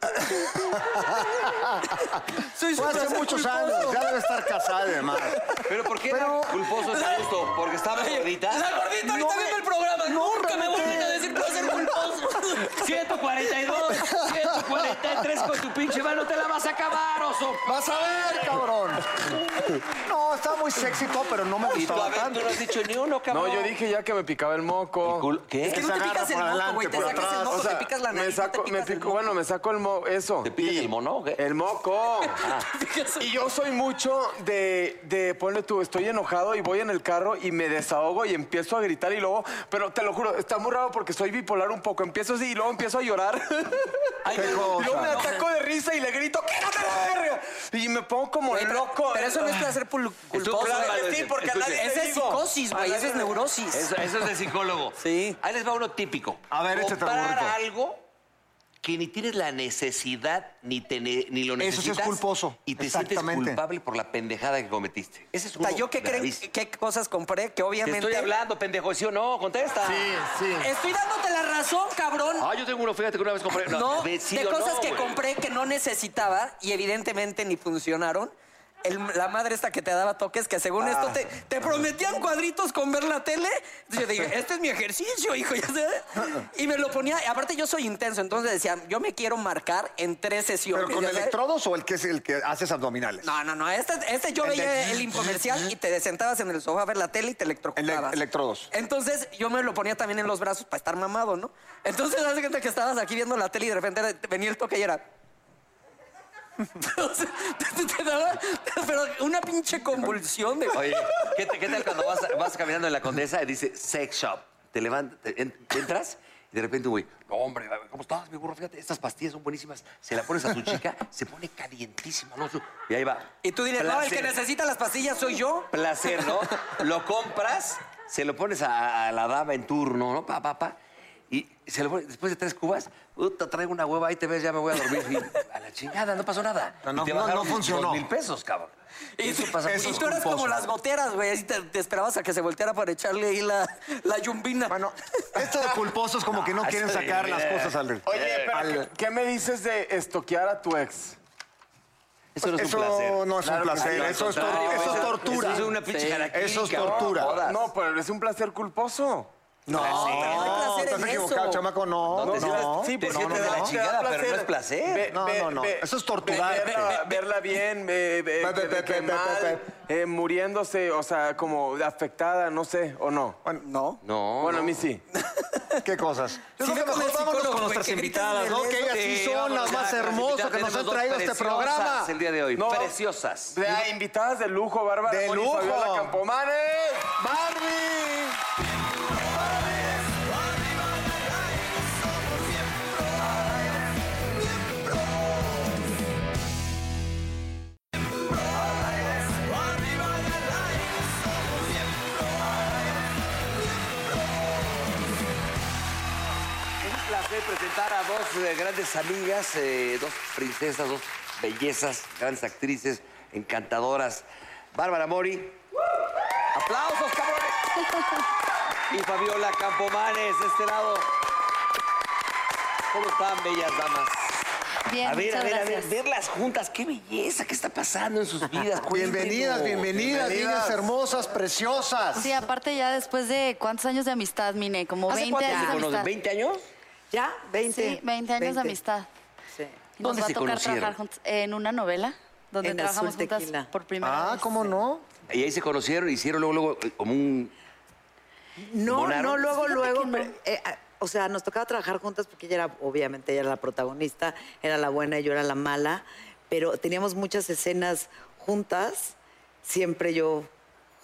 Speaker 6: Soy su
Speaker 5: Fue hace
Speaker 6: placer
Speaker 5: muchos
Speaker 6: culposo.
Speaker 5: años, ya debe estar casada, además.
Speaker 4: Pero ¿por qué
Speaker 5: Pero-
Speaker 4: era culposo ese gusto? ¿Porque estaba gordita?
Speaker 6: La gordita ahorita
Speaker 5: me-
Speaker 6: viendo el programa.
Speaker 5: no,
Speaker 6: Nunca me
Speaker 5: realmente-
Speaker 6: vuelven a decir placer culposo.
Speaker 4: 142, 143 con tu pinche mano, te la vas a acabar, oso.
Speaker 5: Vas a ver, cabrón. No, estaba muy sexy y todo, pero no me
Speaker 4: Y tú, a
Speaker 5: gustaba
Speaker 4: ver, tú
Speaker 5: tanto.
Speaker 4: no has dicho ni uno,
Speaker 3: No,
Speaker 4: cabrón.
Speaker 3: yo dije ya que me picaba el moco.
Speaker 4: El culo- ¿Qué?
Speaker 6: Es que no te
Speaker 5: agarra
Speaker 6: picas el
Speaker 5: por
Speaker 6: moco, güey.
Speaker 5: adelante,
Speaker 6: Te
Speaker 5: por
Speaker 6: sacas el
Speaker 5: atrás.
Speaker 6: moco,
Speaker 3: O sea,
Speaker 6: te picas la
Speaker 3: me
Speaker 6: nariz. no
Speaker 3: saco-
Speaker 6: te
Speaker 3: me
Speaker 6: picas el
Speaker 3: pico-
Speaker 6: moco.
Speaker 3: bueno, me saco el mo eso.
Speaker 4: ¿Te picas
Speaker 3: Y-
Speaker 4: el mono o qué?
Speaker 3: El moco.
Speaker 6: Te picas el-
Speaker 3: Y yo soy mucho de, de, ponle tú, estoy enojado y voy en el carro y me desahogo y empiezo a gritar y luego, pero te lo juro, está muy raro porque soy bipolar un poco. Empiezo así y luego empiezo a llorar.
Speaker 4: Ay,
Speaker 5: Qué
Speaker 4: no,
Speaker 3: Y
Speaker 5: cosa.
Speaker 3: luego me ataco de risa y le grito, ¡quédate a la verga! Y me pongo como
Speaker 6: Güey, pero,
Speaker 3: loco.
Speaker 6: pero eso no es placer pul- culposo.
Speaker 4: claro que
Speaker 6: güey.
Speaker 4: sí, porque a nadie
Speaker 3: le
Speaker 6: Esa es
Speaker 3: digo.
Speaker 6: psicosis, güey. Esa es neurosis.
Speaker 4: Eso, eso es de psicólogo.
Speaker 6: Sí.
Speaker 4: Ahí les va uno típico.
Speaker 5: A ver, échate,
Speaker 4: Comprar
Speaker 5: burrito.
Speaker 4: algo que ni tienes la necesidad ni, te ne- ni lo
Speaker 5: Eso
Speaker 4: necesitas.
Speaker 5: sí es culposo.
Speaker 4: Y te sientes
Speaker 5: Exactamente.
Speaker 4: culpable por la pendejada que cometiste. Ese es
Speaker 6: O sea,
Speaker 4: uno
Speaker 6: yo qué creen,
Speaker 4: gravísimo.
Speaker 6: qué cosas compré que
Speaker 4: Te
Speaker 6: obviamente.
Speaker 4: estoy hablando, pendejo, ¿sí o no? Contesta.
Speaker 3: Sí, sí.
Speaker 6: Estoy dándote la razón, cabrón.
Speaker 4: Ah, yo tengo uno, fíjate que una vez compré.
Speaker 6: No,
Speaker 4: ve, sí
Speaker 6: de
Speaker 4: o no,
Speaker 6: cosas que
Speaker 4: güey.
Speaker 6: compré que no necesitaba y evidentemente ni funcionaron. El- la madre esta que te daba toques, que según esto te, te prometían cuadritos con ver la tele. Entonces yo dije, este es mi ejercicio, hijo, ya sabes. Y me lo ponía, aparte yo soy intenso, entonces decía, yo me quiero marcar en tres sesiones.
Speaker 5: ¿Pero con
Speaker 6: ya sabes.
Speaker 5: electrodos o el que es el que haces abdominales?
Speaker 6: No, no, no. Este, este yo
Speaker 5: El de-
Speaker 6: veía el infomercial y te sentabas en el sofá a ver la tele y te electrocutabas.
Speaker 5: Ele-
Speaker 6: Eh,
Speaker 5: electrodos.
Speaker 6: Entonces yo me lo ponía también en los brazos para estar mamado, ¿no? Entonces hace gente que estabas aquí viendo la tele y de repente era- venía el toque y era. Entonces, te, te daba pero una pinche convulsión de.
Speaker 4: Oye, ¿qué, te- qué tal cuando vas, vas caminando en la condesa y dice sex shop? Te levantas, te- en- entras y de repente, güey, no, hombre, ¿cómo estás, mi burro? Fíjate, estas pastillas son buenísimas. Se la pones a tu chica, se pone calientísima, ¿no? Su- Y ahí va.
Speaker 6: Y tú dirías, no, el que
Speaker 4: Placer.
Speaker 6: necesita las pastillas soy yo.
Speaker 4: placer, ¿no? Lo compras, se lo pones a, a la dama en turno, ¿no? Pa, pa, pa. Y se lo pones- después de tres cubas, te traigo una hueva, ahí te ves, ya me voy a dormir. Y a la chingada, no pasó nada.
Speaker 5: No, no,
Speaker 4: Y te
Speaker 5: no,
Speaker 4: bajaron
Speaker 5: no funcionó.
Speaker 4: Dos mil pesos, cabrón.
Speaker 6: Y,
Speaker 4: Eso pasa
Speaker 6: y
Speaker 4: mucho.
Speaker 6: tú eras como las goteras, güey. así Te, te esperabas a que se volteara para echarle ahí la, la yumbina.
Speaker 5: Bueno, esto de culposos como que no
Speaker 4: No,
Speaker 5: quieren
Speaker 4: eso
Speaker 5: sacar
Speaker 4: de-
Speaker 5: las cosas al...
Speaker 3: Oye,
Speaker 4: Eh,
Speaker 3: pero
Speaker 5: al-
Speaker 3: ¿qué, qué me dices de estoquear a tu ex?
Speaker 4: Eso no es
Speaker 5: Eso
Speaker 4: un placer.
Speaker 5: no es un
Speaker 3: Claro que
Speaker 5: placer,
Speaker 3: sí, al
Speaker 5: eso es, tor-
Speaker 3: contrario,
Speaker 5: eso es
Speaker 3: eso-
Speaker 5: tortura.
Speaker 4: eso es una pinche jaraquiri,
Speaker 5: Eso es
Speaker 4: cabrón.
Speaker 5: tortura.
Speaker 3: No, pero es un placer culposo.
Speaker 5: No,
Speaker 6: no hay placer
Speaker 5: estás
Speaker 6: en
Speaker 5: equivocado,
Speaker 6: eso.
Speaker 5: chamaco, no.
Speaker 4: No, te
Speaker 5: no.
Speaker 4: sientes- sí,
Speaker 3: pues
Speaker 5: No, no,
Speaker 4: porque te da
Speaker 5: no.
Speaker 4: la chingada, pero no es placer.
Speaker 5: No, no, no. Eso es torturar.
Speaker 3: Verla, verla bien, eh, eh,
Speaker 5: Ve, ve,
Speaker 3: que-
Speaker 5: ve,
Speaker 3: que
Speaker 5: ve, ve,
Speaker 3: mal, eh, muriéndose, o sea, como afectada, no sé, o no.
Speaker 5: Bueno,
Speaker 6: No.
Speaker 4: No.
Speaker 3: Bueno,
Speaker 4: no.
Speaker 3: a mí sí.
Speaker 5: ¿Qué cosas? Yo
Speaker 6: Sí,
Speaker 5: creo
Speaker 6: ve
Speaker 5: que
Speaker 6: con
Speaker 5: mejor
Speaker 6: el
Speaker 5: vámonos
Speaker 6: psicólogo,
Speaker 5: con
Speaker 6: güey,
Speaker 5: nuestras
Speaker 6: que
Speaker 5: invitadas, ¿no?
Speaker 6: qué
Speaker 5: Que ellas sí
Speaker 4: Sí,
Speaker 5: son las
Speaker 4: vámonos
Speaker 5: más
Speaker 4: ya,
Speaker 5: hermosas que
Speaker 4: tenemos
Speaker 5: nos han
Speaker 4: dos
Speaker 5: traído este
Speaker 4: preciosas
Speaker 5: programa.
Speaker 4: El día de hoy.
Speaker 3: No.
Speaker 4: Preciosas.
Speaker 3: O sea, invitadas de lujo, Bárbara.
Speaker 5: De
Speaker 3: Mori,
Speaker 5: lujo.
Speaker 3: Fabiola Campomanes.
Speaker 5: ¡Barbie!
Speaker 4: Un placer presentar a dos eh, grandes amigas, eh, dos princesas, dos bellezas, grandes actrices, encantadoras. Bárbara Mori. ¡Aplausos, cabrones! Y Fabiola Campomanes, de este lado. ¿Cómo están, bellas damas?
Speaker 7: Bien,
Speaker 4: a ver,
Speaker 7: muchas
Speaker 4: a ver, a
Speaker 7: gracias.
Speaker 4: ver, verlas juntas, qué belleza, qué está pasando en sus vidas. Cuéntenos.
Speaker 5: Bienvenidas, bienvenidas, niñas hermosas, preciosas.
Speaker 7: Sí, aparte ya después de cuántos años de amistad, Mine, como
Speaker 4: ¿Hace
Speaker 7: 20
Speaker 4: cuánto
Speaker 7: años
Speaker 4: se
Speaker 7: de
Speaker 4: conocen?
Speaker 7: Ah,
Speaker 4: ¿20
Speaker 7: amistad.
Speaker 4: años?
Speaker 8: ¿Ya? 20.
Speaker 7: Sí, 20 años de
Speaker 8: 20.
Speaker 7: amistad.
Speaker 8: Sí.
Speaker 7: Y
Speaker 4: ¿Dónde
Speaker 7: nos va
Speaker 4: se
Speaker 7: a tocar
Speaker 4: conocieron?
Speaker 7: trabajar juntos en una novela donde
Speaker 8: En
Speaker 7: trabajamos
Speaker 8: Azul
Speaker 7: juntas
Speaker 8: Tequila.
Speaker 7: por primera
Speaker 5: Ah,
Speaker 7: vez.
Speaker 5: ¿cómo no?
Speaker 4: Y ahí se conocieron, hicieron luego, luego, eh, como un...
Speaker 8: No,
Speaker 4: ¿Volaron?
Speaker 8: no, luego,
Speaker 7: Fíjate
Speaker 8: luego.
Speaker 7: que no.
Speaker 8: pero, eh, ah, o sea, nos tocaba trabajar juntas porque ella era, obviamente, ella era la protagonista, era la buena y yo era la mala, pero teníamos muchas escenas juntas, siempre yo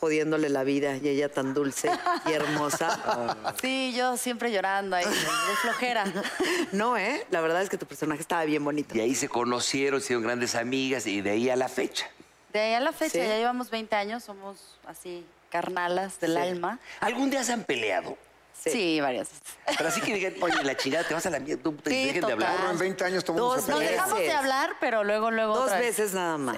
Speaker 8: jodiéndole la vida y ella tan dulce y hermosa.
Speaker 7: Sí, yo siempre llorando ahí, de flojera.
Speaker 8: No, ¿eh? La verdad es que tu personaje estaba bien bonito.
Speaker 4: Y ahí se conocieron, hicieron grandes amigas y de ahí a la fecha.
Speaker 7: De ahí a la fecha,
Speaker 8: Sí.
Speaker 7: ya llevamos 20 años, somos así carnalas del
Speaker 8: Sí.
Speaker 7: alma.
Speaker 4: ¿Algún día se han peleado?
Speaker 7: Sí, varias veces.
Speaker 4: Pero así que digan, oye, la chingada, te vas a la mierda, te
Speaker 7: Sí,
Speaker 4: dejen de
Speaker 7: total.
Speaker 4: hablar.
Speaker 5: En 20 años todo el mundo
Speaker 8: Dos
Speaker 5: se
Speaker 7: Nos
Speaker 5: pelea.
Speaker 8: veces.
Speaker 7: dejamos de hablar, pero luego, luego
Speaker 8: Dos
Speaker 7: otra vez.
Speaker 8: veces nada más.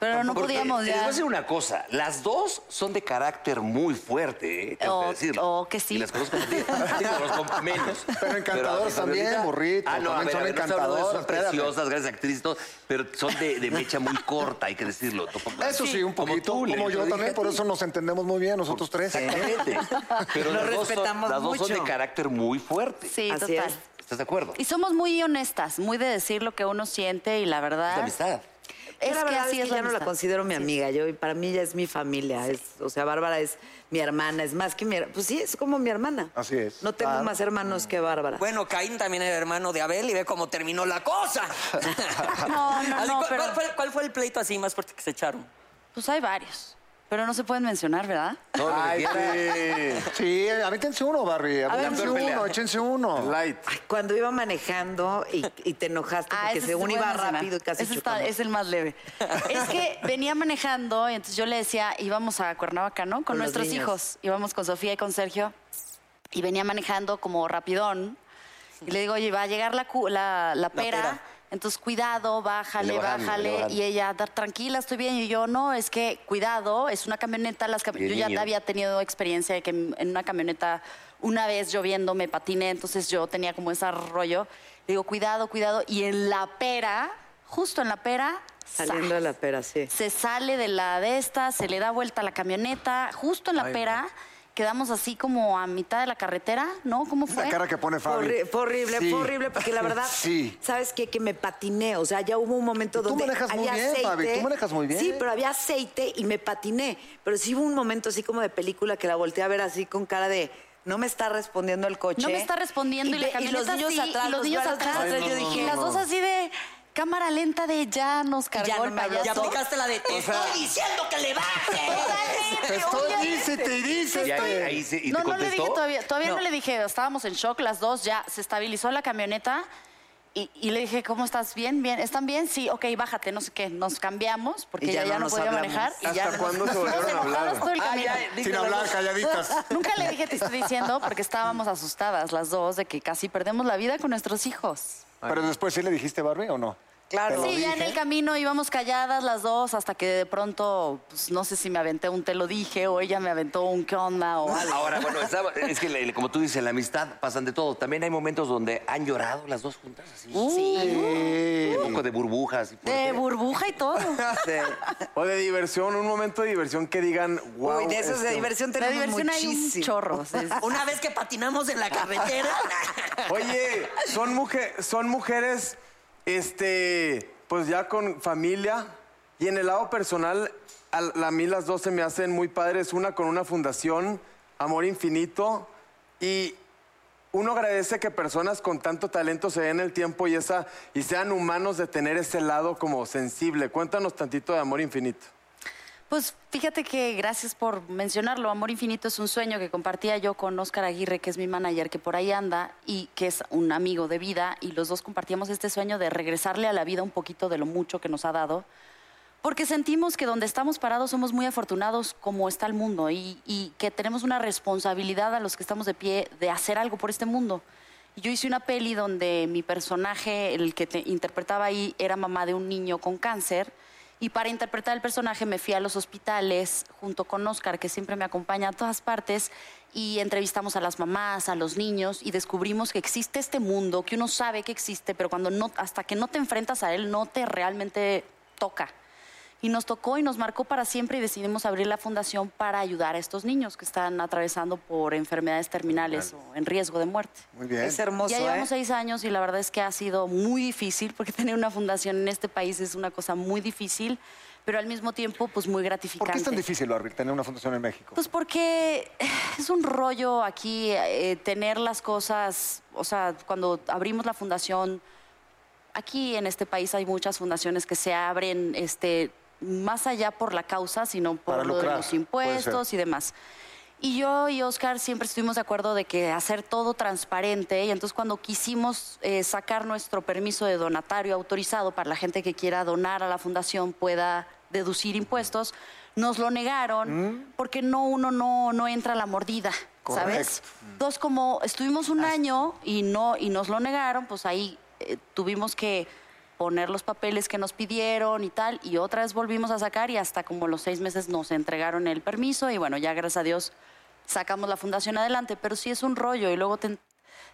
Speaker 7: Pero no
Speaker 4: Porque
Speaker 7: podíamos
Speaker 4: Te les
Speaker 7: ya.
Speaker 4: voy a decir una cosa, las dos son de carácter muy fuerte, ¿eh? tengo
Speaker 7: O-
Speaker 4: que decirlo.
Speaker 7: o Oh, que sí.
Speaker 4: Y las conozco a ti, sí, conozco menos.
Speaker 5: Pero encantadoras
Speaker 4: a
Speaker 5: también,
Speaker 4: ahorita-
Speaker 5: burrito,
Speaker 4: Ah, no, a
Speaker 5: también
Speaker 4: ver,
Speaker 5: son
Speaker 4: a ver, no estoy hablando de eso, son
Speaker 5: encantadoras, espérate.
Speaker 4: preciosas, grandes actrices, todo, pero son de, de mecha muy corta, hay que decirlo.
Speaker 5: Eso sí, un
Speaker 4: Como
Speaker 5: poquito,
Speaker 4: tú,
Speaker 5: como,
Speaker 4: Lenny,
Speaker 5: yo
Speaker 4: lo dije
Speaker 5: también,
Speaker 4: a
Speaker 5: por
Speaker 4: ti.
Speaker 5: eso nos entendemos muy bien nosotros tres.
Speaker 4: Exactamente. Pero
Speaker 8: Nos
Speaker 4: las dos son-
Speaker 8: respetamos
Speaker 4: Las dos son
Speaker 8: mucho.
Speaker 4: de carácter muy fuerte.
Speaker 7: Sí,
Speaker 8: Así
Speaker 7: total.
Speaker 8: es.
Speaker 4: ¿Estás de acuerdo?
Speaker 7: Y somos muy honestas, muy de decir lo que uno siente y la verdad.
Speaker 4: Es amistad.
Speaker 8: Yo
Speaker 7: Es
Speaker 8: la
Speaker 7: que
Speaker 8: verdad
Speaker 7: así
Speaker 8: es
Speaker 7: es
Speaker 8: que
Speaker 7: la
Speaker 8: ya no la
Speaker 7: amistad.
Speaker 8: considero mi
Speaker 7: Sí.
Speaker 8: amiga. Yo, para mí ella es mi familia. es- o sea, Bárbara es mi hermana, es más que mi her- Pues sí, es como mi hermana.
Speaker 5: Así es.
Speaker 8: No tengo
Speaker 5: Claro.
Speaker 8: más hermanos que Bárbara.
Speaker 6: Bueno, Caín también era hermano de Abel y ve cómo terminó la cosa.
Speaker 7: No, no,
Speaker 6: Así,
Speaker 7: no,
Speaker 6: ¿cuál,
Speaker 7: pero-
Speaker 6: cuál fue, cuál fue el pleito así más fuerte que se echaron?
Speaker 7: Pues hay varios, pero no se pueden mencionar, ¿verdad?
Speaker 4: No, lo que
Speaker 3: Ay,
Speaker 4: quieras.
Speaker 3: sí.
Speaker 5: Sí, avítense uno, Barbie. Avítense
Speaker 4: peor pelea.
Speaker 5: uno, échense uno.
Speaker 3: Light.
Speaker 8: Ay, cuando iba manejando y, y te enojaste porque
Speaker 7: Ah, ese sí
Speaker 8: según
Speaker 7: se
Speaker 8: iba
Speaker 7: puede mencionar.
Speaker 8: rápido y casi
Speaker 7: Ese está-
Speaker 8: chocamos.
Speaker 7: es el más leve. es que venía manejando y entonces yo le decía, íbamos a Cuernavaca, ¿no? Con,
Speaker 8: Con los
Speaker 7: nuestros
Speaker 8: niños.
Speaker 7: hijos. Íbamos con Sofía y con Sergio y venía manejando como rapidón. Y le digo, oye, va a llegar la, cu- la, la pera,
Speaker 6: pera.
Speaker 7: entonces cuidado, bájale,
Speaker 4: Le bajando,
Speaker 7: bájale.
Speaker 4: le bajando.
Speaker 7: Y ella, "Dar- tranquila, estoy bien. Y yo, no, es que cuidado, es una camioneta. Las cam-
Speaker 4: Y el
Speaker 7: yo ya
Speaker 4: niño.
Speaker 7: había tenido experiencia de que en en una camioneta, una vez lloviendo, me patiné, entonces yo tenía como ese rollo. Le digo, cuidado, cuidado. Y en la pera, justo en la pera,
Speaker 8: Saliendo de la pera, sí.
Speaker 7: se sale de la de esta, se le da vuelta a la camioneta, justo en la
Speaker 4: Ay, no.
Speaker 7: pera, quedamos así como a mitad de la carretera, ¿no? ¿Cómo fue?
Speaker 5: Esa cara que pone Fabi.
Speaker 8: Horri- fue horrible,
Speaker 5: Sí.
Speaker 8: fue horrible, porque la verdad,
Speaker 5: Sí.
Speaker 8: ¿sabes qué? Que me patiné. O sea, ya hubo un momento
Speaker 5: Tú
Speaker 8: donde
Speaker 5: manejas muy
Speaker 8: había
Speaker 5: bien,
Speaker 8: aceite.
Speaker 5: Fabi, tú manejas muy bien.
Speaker 8: Sí, pero había aceite y me patiné. Pero sí hubo un momento así como de película que la volteé a ver así con cara de. No me está respondiendo el coche.
Speaker 7: No me está respondiendo y, la
Speaker 8: ve-
Speaker 7: camioneta
Speaker 8: los niños
Speaker 7: así,
Speaker 8: atrás.
Speaker 7: y los niños
Speaker 8: brazos
Speaker 7: atrás,
Speaker 8: yo dije,
Speaker 7: y las dos así de cámara lenta de ya nos cargó
Speaker 8: ya no
Speaker 7: el
Speaker 8: me habló.
Speaker 7: payaso.
Speaker 6: Y aplicaste la de te estoy diciendo que le bajes.
Speaker 5: Te estoy, dícete y dícete.
Speaker 4: Y ahí, ahí se, y
Speaker 7: no,
Speaker 4: te
Speaker 7: no le
Speaker 4: contestó.
Speaker 7: dije todavía, todavía no.
Speaker 6: No.
Speaker 7: le dije, estábamos en shock las dos, ya se estabilizó la camioneta y, y le dije, ¿cómo estás? ¿Bien? ¿Bien? ¿Están bien? Sí, ok, bájate, no sé qué, nos cambiamos porque
Speaker 8: Y
Speaker 7: ya,
Speaker 8: ya
Speaker 7: ya no,
Speaker 8: no nos
Speaker 7: podía
Speaker 8: hablamos.
Speaker 7: manejar. Y ya
Speaker 3: ¿Hasta
Speaker 7: no-
Speaker 3: cuándo se
Speaker 7: nos
Speaker 3: volvieron a
Speaker 7: enojadas
Speaker 3: hablar?
Speaker 7: todo el
Speaker 6: Ah,
Speaker 7: camino.
Speaker 6: ya,
Speaker 5: Sin hablar, calladitas.
Speaker 7: Nunca le dije, te estoy diciendo, porque estábamos asustadas las dos de que casi perdemos la vida con nuestros hijos.
Speaker 5: Pero después sí le dijiste Barbie o no.
Speaker 8: Claro.
Speaker 7: Sí, ya en el camino íbamos calladas las dos hasta que de pronto, pues, no sé si me aventé un te lo dije o ella me aventó un qué onda o algo.
Speaker 4: Ahora, bueno, estaba- es que le- como tú dices, en la amistad pasan de todo. También hay momentos donde han llorado las dos juntas así.
Speaker 5: Sí.
Speaker 4: Un poco de burbujas. y
Speaker 7: De
Speaker 4: fuerte.
Speaker 7: burbuja y todo.
Speaker 3: O de diversión, un momento de diversión que digan, este wow.
Speaker 8: Uy, de esos
Speaker 5: este".
Speaker 8: de diversión
Speaker 7: De
Speaker 8: tenemos
Speaker 7: diversión hay un
Speaker 8: muchísimo.
Speaker 7: chorro. sí, sí.
Speaker 6: Una vez que patinamos en la carretera.
Speaker 3: Oye, son, muje- son mujeres, este, pues ya con familia. Y en el lado personal, al- a, mí las dos se me hacen muy padres. Una con una fundación, Amor Infinito. Y uno agradece que personas con tanto talento se den el tiempo y, esa, y sean humanos de tener ese lado como sensible. Cuéntanos tantito de Amor Infinito.
Speaker 7: Pues fíjate que gracias por mencionarlo. Amor Infinito es un sueño que compartía yo con Óscar Aguirre, que es mi manager, que por ahí anda y que es un amigo de vida. Y los dos compartíamos este sueño de regresarle a la vida un poquito de lo mucho que nos ha dado. Porque sentimos que donde estamos parados somos muy afortunados como está el mundo y, y que tenemos una responsabilidad a los que estamos de pie de hacer algo por este mundo. Yo hice una peli donde mi personaje, el que te interpretaba ahí, era mamá de un niño con cáncer. Y para interpretar el personaje me fui a los hospitales junto con Oscar, que siempre me acompaña a todas partes, y entrevistamos a las mamás, a los niños, y descubrimos que existe este mundo, que uno sabe que existe, pero cuando no, hasta que no te enfrentas a él, no te realmente toca. Y nos tocó y nos marcó para siempre y decidimos abrir la fundación para ayudar a estos niños que están atravesando por enfermedades terminales o en riesgo de muerte.
Speaker 5: Muy bien.
Speaker 8: Es hermoso,
Speaker 7: ya llevamos
Speaker 8: ¿eh?
Speaker 7: seis años y la verdad es que ha sido muy difícil porque tener una fundación en este país es una cosa muy difícil, pero al mismo tiempo pues muy gratificante.
Speaker 5: ¿Por qué es tan difícil, Barbie, tener una fundación en México?
Speaker 7: Pues porque es un rollo aquí eh, tener las cosas, o sea, cuando abrimos la fundación, aquí en este país hay muchas fundaciones que se abren este, más allá por la causa, sino por
Speaker 5: Para
Speaker 7: lo de
Speaker 5: lucrar,
Speaker 7: los
Speaker 5: puede
Speaker 7: impuestos
Speaker 5: ser.
Speaker 7: y demás. Y yo y Oscar siempre estuvimos de acuerdo de que hacer todo transparente y entonces cuando quisimos eh, sacar nuestro permiso de donatario autorizado para la gente que quiera donar a la fundación pueda deducir impuestos, nos lo negaron porque no uno no, no entra a la mordida, ¿sabes? Entonces como estuvimos un año y no y nos lo negaron, pues ahí eh, tuvimos que poner los papeles que nos pidieron y tal, y otra vez volvimos a sacar y hasta como los seis meses nos entregaron el permiso y bueno, ya gracias a Dios sacamos la fundación adelante, pero sí es un rollo y luego te,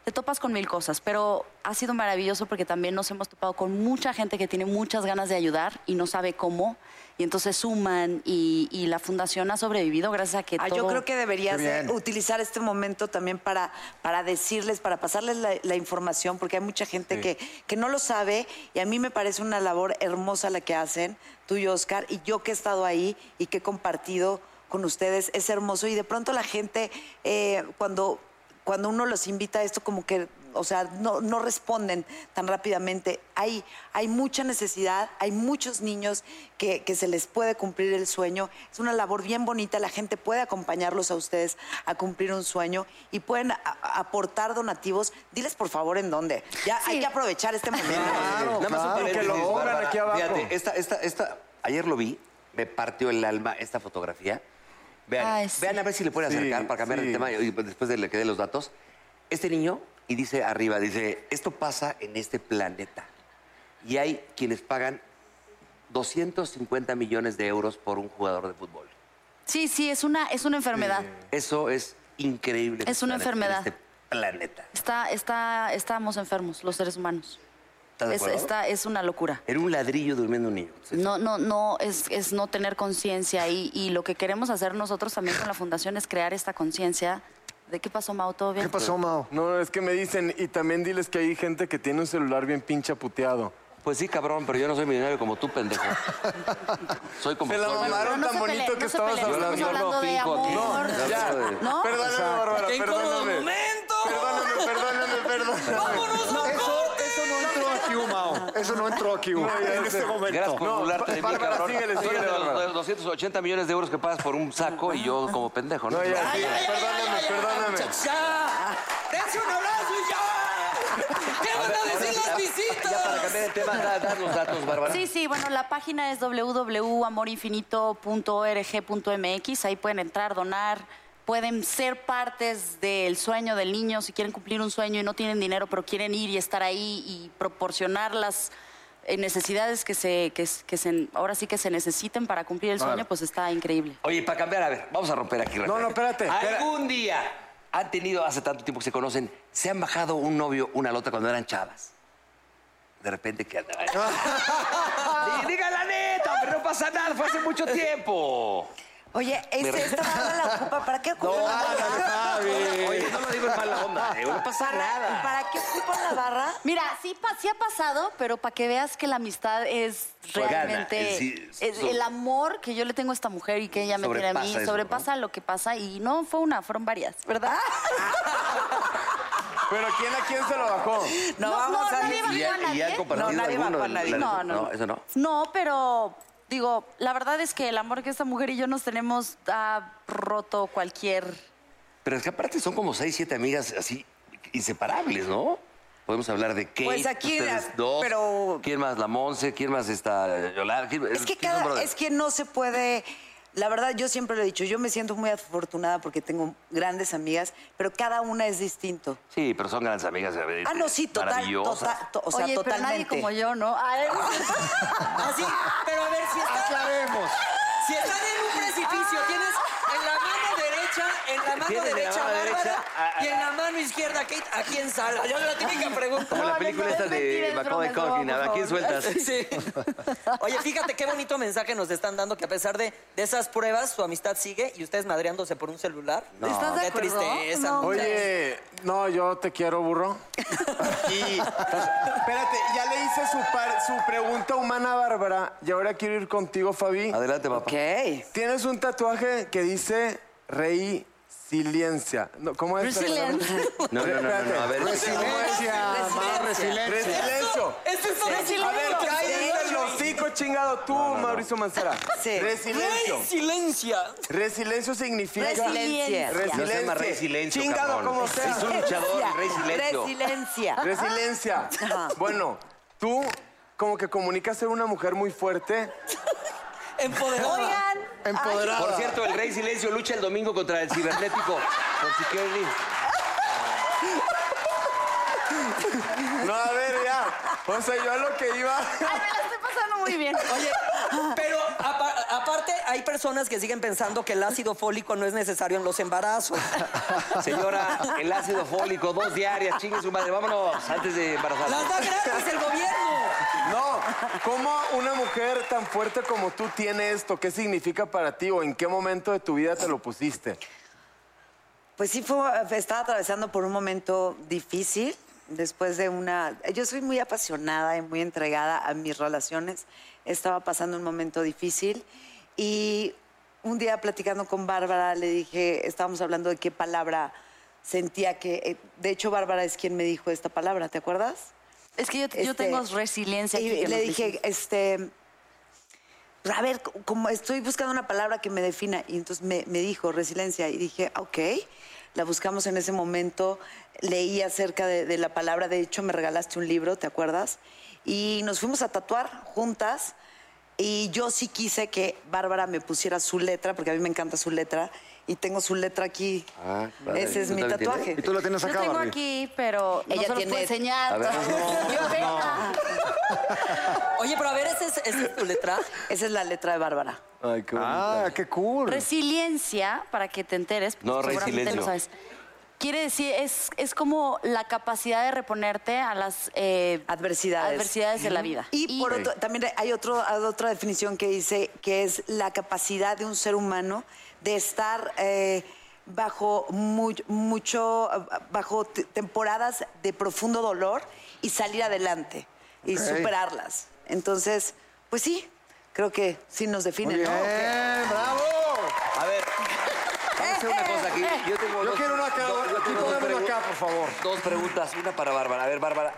Speaker 7: te topas con mil cosas, pero ha sido maravilloso porque también nos hemos topado con mucha gente que tiene muchas ganas de ayudar y no sabe cómo, y entonces suman y, y la fundación ha sobrevivido gracias a que...
Speaker 8: Ah, yo
Speaker 7: todo-
Speaker 8: creo que deberías
Speaker 5: Qué bien.
Speaker 8: eh, utilizar este momento también para, para decirles, para pasarles la, la información, porque hay mucha gente que, que no lo sabe y a mí me parece una labor hermosa la que hacen tú y Oscar, y yo que he estado ahí y que he compartido con ustedes, es hermoso y de pronto la gente eh, cuando, cuando uno los invita a esto como que... O sea, no, no responden tan rápidamente. Hay, hay mucha necesidad, hay muchos niños que, que se les puede cumplir el sueño. Es una labor bien bonita, la gente puede acompañarlos a ustedes a cumplir un sueño y pueden a- a- aportar donativos. Diles por favor en dónde. Ya hay que aprovechar este momento.
Speaker 5: Claro,
Speaker 4: Nada más un
Speaker 5: claro.
Speaker 3: que
Speaker 4: paréntesis,
Speaker 3: lo pongan
Speaker 4: Bárbara.
Speaker 3: aquí abajo.
Speaker 4: Fíjate, esta, esta, esta, ayer lo vi, me partió el alma esta fotografía. Vean,
Speaker 7: Ay, sí.
Speaker 4: vean a ver si le pueden
Speaker 3: Sí,
Speaker 4: acercar para cambiar
Speaker 3: sí.
Speaker 4: el tema y después de le quede los datos. Este niño Y dice arriba, dice, esto pasa en este planeta. Y hay quienes pagan 250 millones de euros por un jugador de fútbol.
Speaker 7: Sí, sí, es una, es una enfermedad.
Speaker 4: Eso es increíble. en
Speaker 7: Es una
Speaker 4: este planeta, en
Speaker 7: enfermedad.
Speaker 4: este planeta.
Speaker 7: Está, está, estamos enfermos, los seres humanos.
Speaker 4: ¿Estás de
Speaker 7: Es,
Speaker 4: acuerdo?
Speaker 7: está- es una locura.
Speaker 4: Era un ladrillo durmiendo un niño.
Speaker 7: No, no, no, es, es no tener conciencia y, y lo que queremos hacer nosotros también con la fundación es crear esta conciencia. ¿De qué pasó, Mau? ¿Todo bien?
Speaker 5: ¿Qué pasó, Mao?
Speaker 3: No, es que me dicen, y también diles que hay gente que tiene un celular bien pincha puteado.
Speaker 4: Pues sí, cabrón, pero yo no soy millonario como tú, pendejo. soy como
Speaker 3: Se la
Speaker 4: tú, amigo.
Speaker 3: mamaron
Speaker 7: no
Speaker 3: tan
Speaker 7: se
Speaker 3: bonito
Speaker 7: peleen,
Speaker 3: que
Speaker 7: no se
Speaker 3: estabas
Speaker 7: peleen,
Speaker 3: hablando.
Speaker 7: estamos hablando de
Speaker 4: Cinco aquí.
Speaker 7: amor.
Speaker 4: No, ya.
Speaker 7: ¿No?
Speaker 3: Perdóname, Bárbara,
Speaker 6: ¡Qué incómodo
Speaker 3: perdóname.
Speaker 6: momento!
Speaker 3: Perdóname, perdóname, perdóname.
Speaker 6: ¡Vámonos a un
Speaker 5: Eso,
Speaker 6: corte!
Speaker 5: eso no entró aquí, Mao. Eso no entró aquí, Mao. en este
Speaker 4: Gracias por
Speaker 3: No,
Speaker 4: burlarte de mí,
Speaker 3: Bárbara,
Speaker 4: cabrón.
Speaker 3: síguele,
Speaker 4: Tú eres
Speaker 3: síguele,
Speaker 4: de los
Speaker 3: Bárbara.
Speaker 4: 280 millones de euros que pagas por un saco y yo como pendejo, ¿no?
Speaker 3: No, ya,
Speaker 6: ¡Ay,
Speaker 3: sí,
Speaker 6: ay, ay,
Speaker 3: perdóname,
Speaker 6: ay, ay,
Speaker 3: perdóname.
Speaker 6: ay, ¡Ya! ¡Dense un abrazo y ya! ¿Qué van a decir las visitas?
Speaker 4: Ya para cambiar de tema, da, da los datos, Bárbara.
Speaker 7: Sí, sí, bueno, la página es www.amorinfinito.org.mx. Ahí pueden entrar, donar, pueden ser partes del sueño del niño. Si quieren cumplir un sueño y no tienen dinero, pero quieren ir y estar ahí y proporcionar las eh, necesidades que se, que, s- que se, ahora sí que se necesiten para cumplir el sueño, pues está increíble.
Speaker 4: Oye, para cambiar, a ver, vamos a romper aquí. rápido.
Speaker 3: no, espérate, espera.
Speaker 4: Algún día han tenido, hace tanto tiempo que se conocen, se han bajado un novio una a la otra cuando eran chavas. De repente que andaban. Sí, diga la neta, pero no pasa nada, fue hace mucho tiempo.
Speaker 8: Oye, este, esta banda la ocupa. ¿Para qué ocupan la barra?
Speaker 4: Oye, no lo digo en mala onda, eh, no pasa nada.
Speaker 8: ¿Para qué ocupan la barra?
Speaker 7: Mira, sí, pa- sí ha pasado, pero para que veas que la amistad es
Speaker 4: Gana,
Speaker 7: realmente
Speaker 4: es decir,
Speaker 7: es
Speaker 4: so-
Speaker 7: el amor que yo le tengo a esta mujer y que ella me tiene a mí
Speaker 4: Sobrepasa eso,
Speaker 7: sobrepasa lo que pasa y no fue una, fueron varias, ¿verdad?
Speaker 4: Ah,
Speaker 3: Pero ¿quién a quién se lo bajó?
Speaker 8: No, vamos a
Speaker 7: nadie
Speaker 8: decir.
Speaker 4: ¿Y
Speaker 7: bajó a
Speaker 4: han, y han
Speaker 7: nadie.
Speaker 4: compartido
Speaker 8: No, nadie
Speaker 4: alguno
Speaker 8: bajó a
Speaker 4: de
Speaker 8: nadie.
Speaker 4: la-
Speaker 7: No, no,
Speaker 4: eso no.
Speaker 7: No, pero digo, la verdad es que el amor que esta mujer y yo nos tenemos ha roto cualquier
Speaker 4: Pero es que aparte son como seis, siete amigas así inseparables, ¿no? Podemos hablar de Kate,
Speaker 8: Pues aquí,
Speaker 4: ustedes dos,
Speaker 8: pero-
Speaker 4: ¿quién más? La Monse, ¿quién más está Yolanda? ¿Quién-
Speaker 8: Es que,
Speaker 4: quién son
Speaker 8: cada,
Speaker 4: brothers?
Speaker 8: es que no se puede. La verdad, yo siempre lo he dicho, yo me siento muy afortunada porque tengo grandes amigas, pero cada una es distinto.
Speaker 4: Sí, pero son grandes amigas. eh,
Speaker 8: Ah, no, sí, total,
Speaker 4: maravillosas.
Speaker 8: tota- to- o sea,
Speaker 7: Oye, pero nadie
Speaker 8: totalmente.
Speaker 7: como yo, ¿no? Ah, Ay,
Speaker 6: Así, Ah, pero a ver, si están,
Speaker 5: Aclaremos.
Speaker 6: si están en un precipicio, tienes en la mano derecha, en la mano
Speaker 4: Tienes en la
Speaker 6: derecha
Speaker 4: mano derecha
Speaker 6: Bárbara
Speaker 4: a- a-
Speaker 6: y en la mano izquierda Kate, ¿a quién salva? Yo la típica pregunta.
Speaker 4: Como
Speaker 7: No,
Speaker 4: la
Speaker 7: no,
Speaker 4: película
Speaker 7: no,
Speaker 4: esta
Speaker 7: es
Speaker 4: de
Speaker 7: mentira, es broma,
Speaker 4: Macaulay
Speaker 7: es broma,
Speaker 4: Culkin,
Speaker 7: por
Speaker 4: ¿a quién
Speaker 7: favor.
Speaker 4: sueltas?
Speaker 6: Sí. Oye, fíjate qué bonito mensaje nos están dando que a pesar de, de esas pruebas, su amistad sigue y ustedes madreándose por un celular.
Speaker 7: ¿Estás de
Speaker 6: qué
Speaker 7: acuerdo?
Speaker 6: tristeza.
Speaker 7: No.
Speaker 6: muchachos.
Speaker 3: Oye, no, yo te quiero, burro. Y espérate, ya le hice su, par- su pregunta humana a Bárbara y ahora quiero ir contigo, Fabi.
Speaker 4: Adelante, papá.
Speaker 8: Ok.
Speaker 3: Tienes un tatuaje que dice resiliencia. No, ¿Cómo es?
Speaker 7: Resilient.
Speaker 4: No, no, no, no, no, a ver.
Speaker 5: Resiliencia, más resiliencia.
Speaker 3: Resiliencia.
Speaker 6: Eso es todo
Speaker 7: Resiliencia.
Speaker 3: A ver, cállate el
Speaker 6: silencio.
Speaker 3: hocico chingado tú, Mauricio Mancera.
Speaker 8: Sí.
Speaker 3: Resiliencia.
Speaker 6: Resiliencia.
Speaker 3: Resiliencia significa...
Speaker 8: Resiliencia.
Speaker 4: No se llama Rey Silencio,
Speaker 3: Chingado
Speaker 4: cabrón.
Speaker 3: como sea.
Speaker 4: Es un luchador, el Rey Silencio.
Speaker 8: Resiliencia.
Speaker 3: Resiliencia.
Speaker 8: Ajá.
Speaker 3: Bueno, tú como que comunicas ser una mujer muy fuerte.
Speaker 6: Empoderada.
Speaker 7: Oigan,
Speaker 5: Empoderada.
Speaker 4: Por cierto, el Rey Silencio lucha el domingo contra el cibernético. Por si quieren ir.
Speaker 3: No, a ver, ya. O sea, yo a lo que iba.
Speaker 7: ay, me la estoy pasando muy bien.
Speaker 6: Oye, pero apa- aparte hay personas que siguen pensando que el ácido fólico no es necesario en los embarazos.
Speaker 4: Señora, el ácido fólico, dos diarias, chingue su madre. Vámonos antes de
Speaker 6: ¡Las
Speaker 4: embarazarnos.
Speaker 6: da gratis el gobierno!
Speaker 3: No, ¿cómo una mujer tan fuerte como tú tiene esto? ¿Qué significa para ti o en qué momento de tu vida te lo pusiste?
Speaker 8: Pues sí, fue, estaba atravesando por un momento difícil después de una... Yo soy muy apasionada y muy entregada a mis relaciones. Estaba pasando un momento difícil y un día platicando con Bárbara le dije, estábamos hablando de qué palabra sentía que... eh, De hecho, Bárbara es quien me dijo esta palabra, ¿te acuerdas?
Speaker 7: Es que yo, yo
Speaker 8: Este,
Speaker 7: tengo resiliencia.
Speaker 8: Y
Speaker 7: aquí que
Speaker 8: le
Speaker 7: nos
Speaker 8: dije,
Speaker 7: dijiste.
Speaker 8: este, pues, a ver, c- como estoy buscando una palabra que me defina. Y entonces me, me dijo resiliencia y dije, ok, la buscamos en ese momento. Leí acerca de, de la palabra, de hecho me regalaste un libro, ¿te acuerdas? Y nos fuimos a tatuar juntas.
Speaker 6: Y yo sí quise que Bárbara me pusiera su letra, porque a mí me encanta su letra, y tengo su letra aquí.
Speaker 4: Ah, padre.
Speaker 6: Ese es
Speaker 4: ¿Tú
Speaker 6: mi
Speaker 4: también
Speaker 6: tatuaje.
Speaker 4: tienes?
Speaker 5: Y tú la tienes
Speaker 7: Yo
Speaker 5: acá,
Speaker 7: tengo
Speaker 5: Barbie.
Speaker 7: aquí, pero no
Speaker 6: Ella
Speaker 7: se los puedo
Speaker 6: tiene-
Speaker 7: enseñar.
Speaker 4: A ver,
Speaker 7: Yo venga.
Speaker 9: Oye, pero a ver, ¿esa es, esa es tu letra?
Speaker 6: Esa es la letra de Bárbara.
Speaker 4: Ay, qué bonita.
Speaker 5: Ah, qué cool.
Speaker 7: Resiliencia, para que te enteres. porque
Speaker 4: No,
Speaker 7: seguramente
Speaker 4: resiliencio.
Speaker 7: lo sabes. Quiere decir, es, es como la capacidad de reponerte a las eh,
Speaker 6: Adversidades.
Speaker 7: adversidades de la vida.
Speaker 6: Y, por otro, también hay otro, hay otra definición que dice que es la capacidad de un ser humano de estar eh, bajo mu- mucho bajo te- temporadas de profundo dolor y salir adelante y
Speaker 5: Ok.
Speaker 6: superarlas. Entonces, pues sí, creo que sí nos
Speaker 5: Muy
Speaker 6: define,
Speaker 5: bien,
Speaker 6: ¿no?
Speaker 5: bravo.
Speaker 4: A ver, vamos a hacer una cosa aquí. Yo tengo
Speaker 5: Yo
Speaker 4: dos-
Speaker 5: quiero una acá.
Speaker 4: dos- yo
Speaker 5: Aquí
Speaker 4: tengo dos
Speaker 5: pónganmela
Speaker 4: pregun-
Speaker 5: acá, por favor.
Speaker 4: Dos preguntas, una para Bárbara. A ver, Bárbara,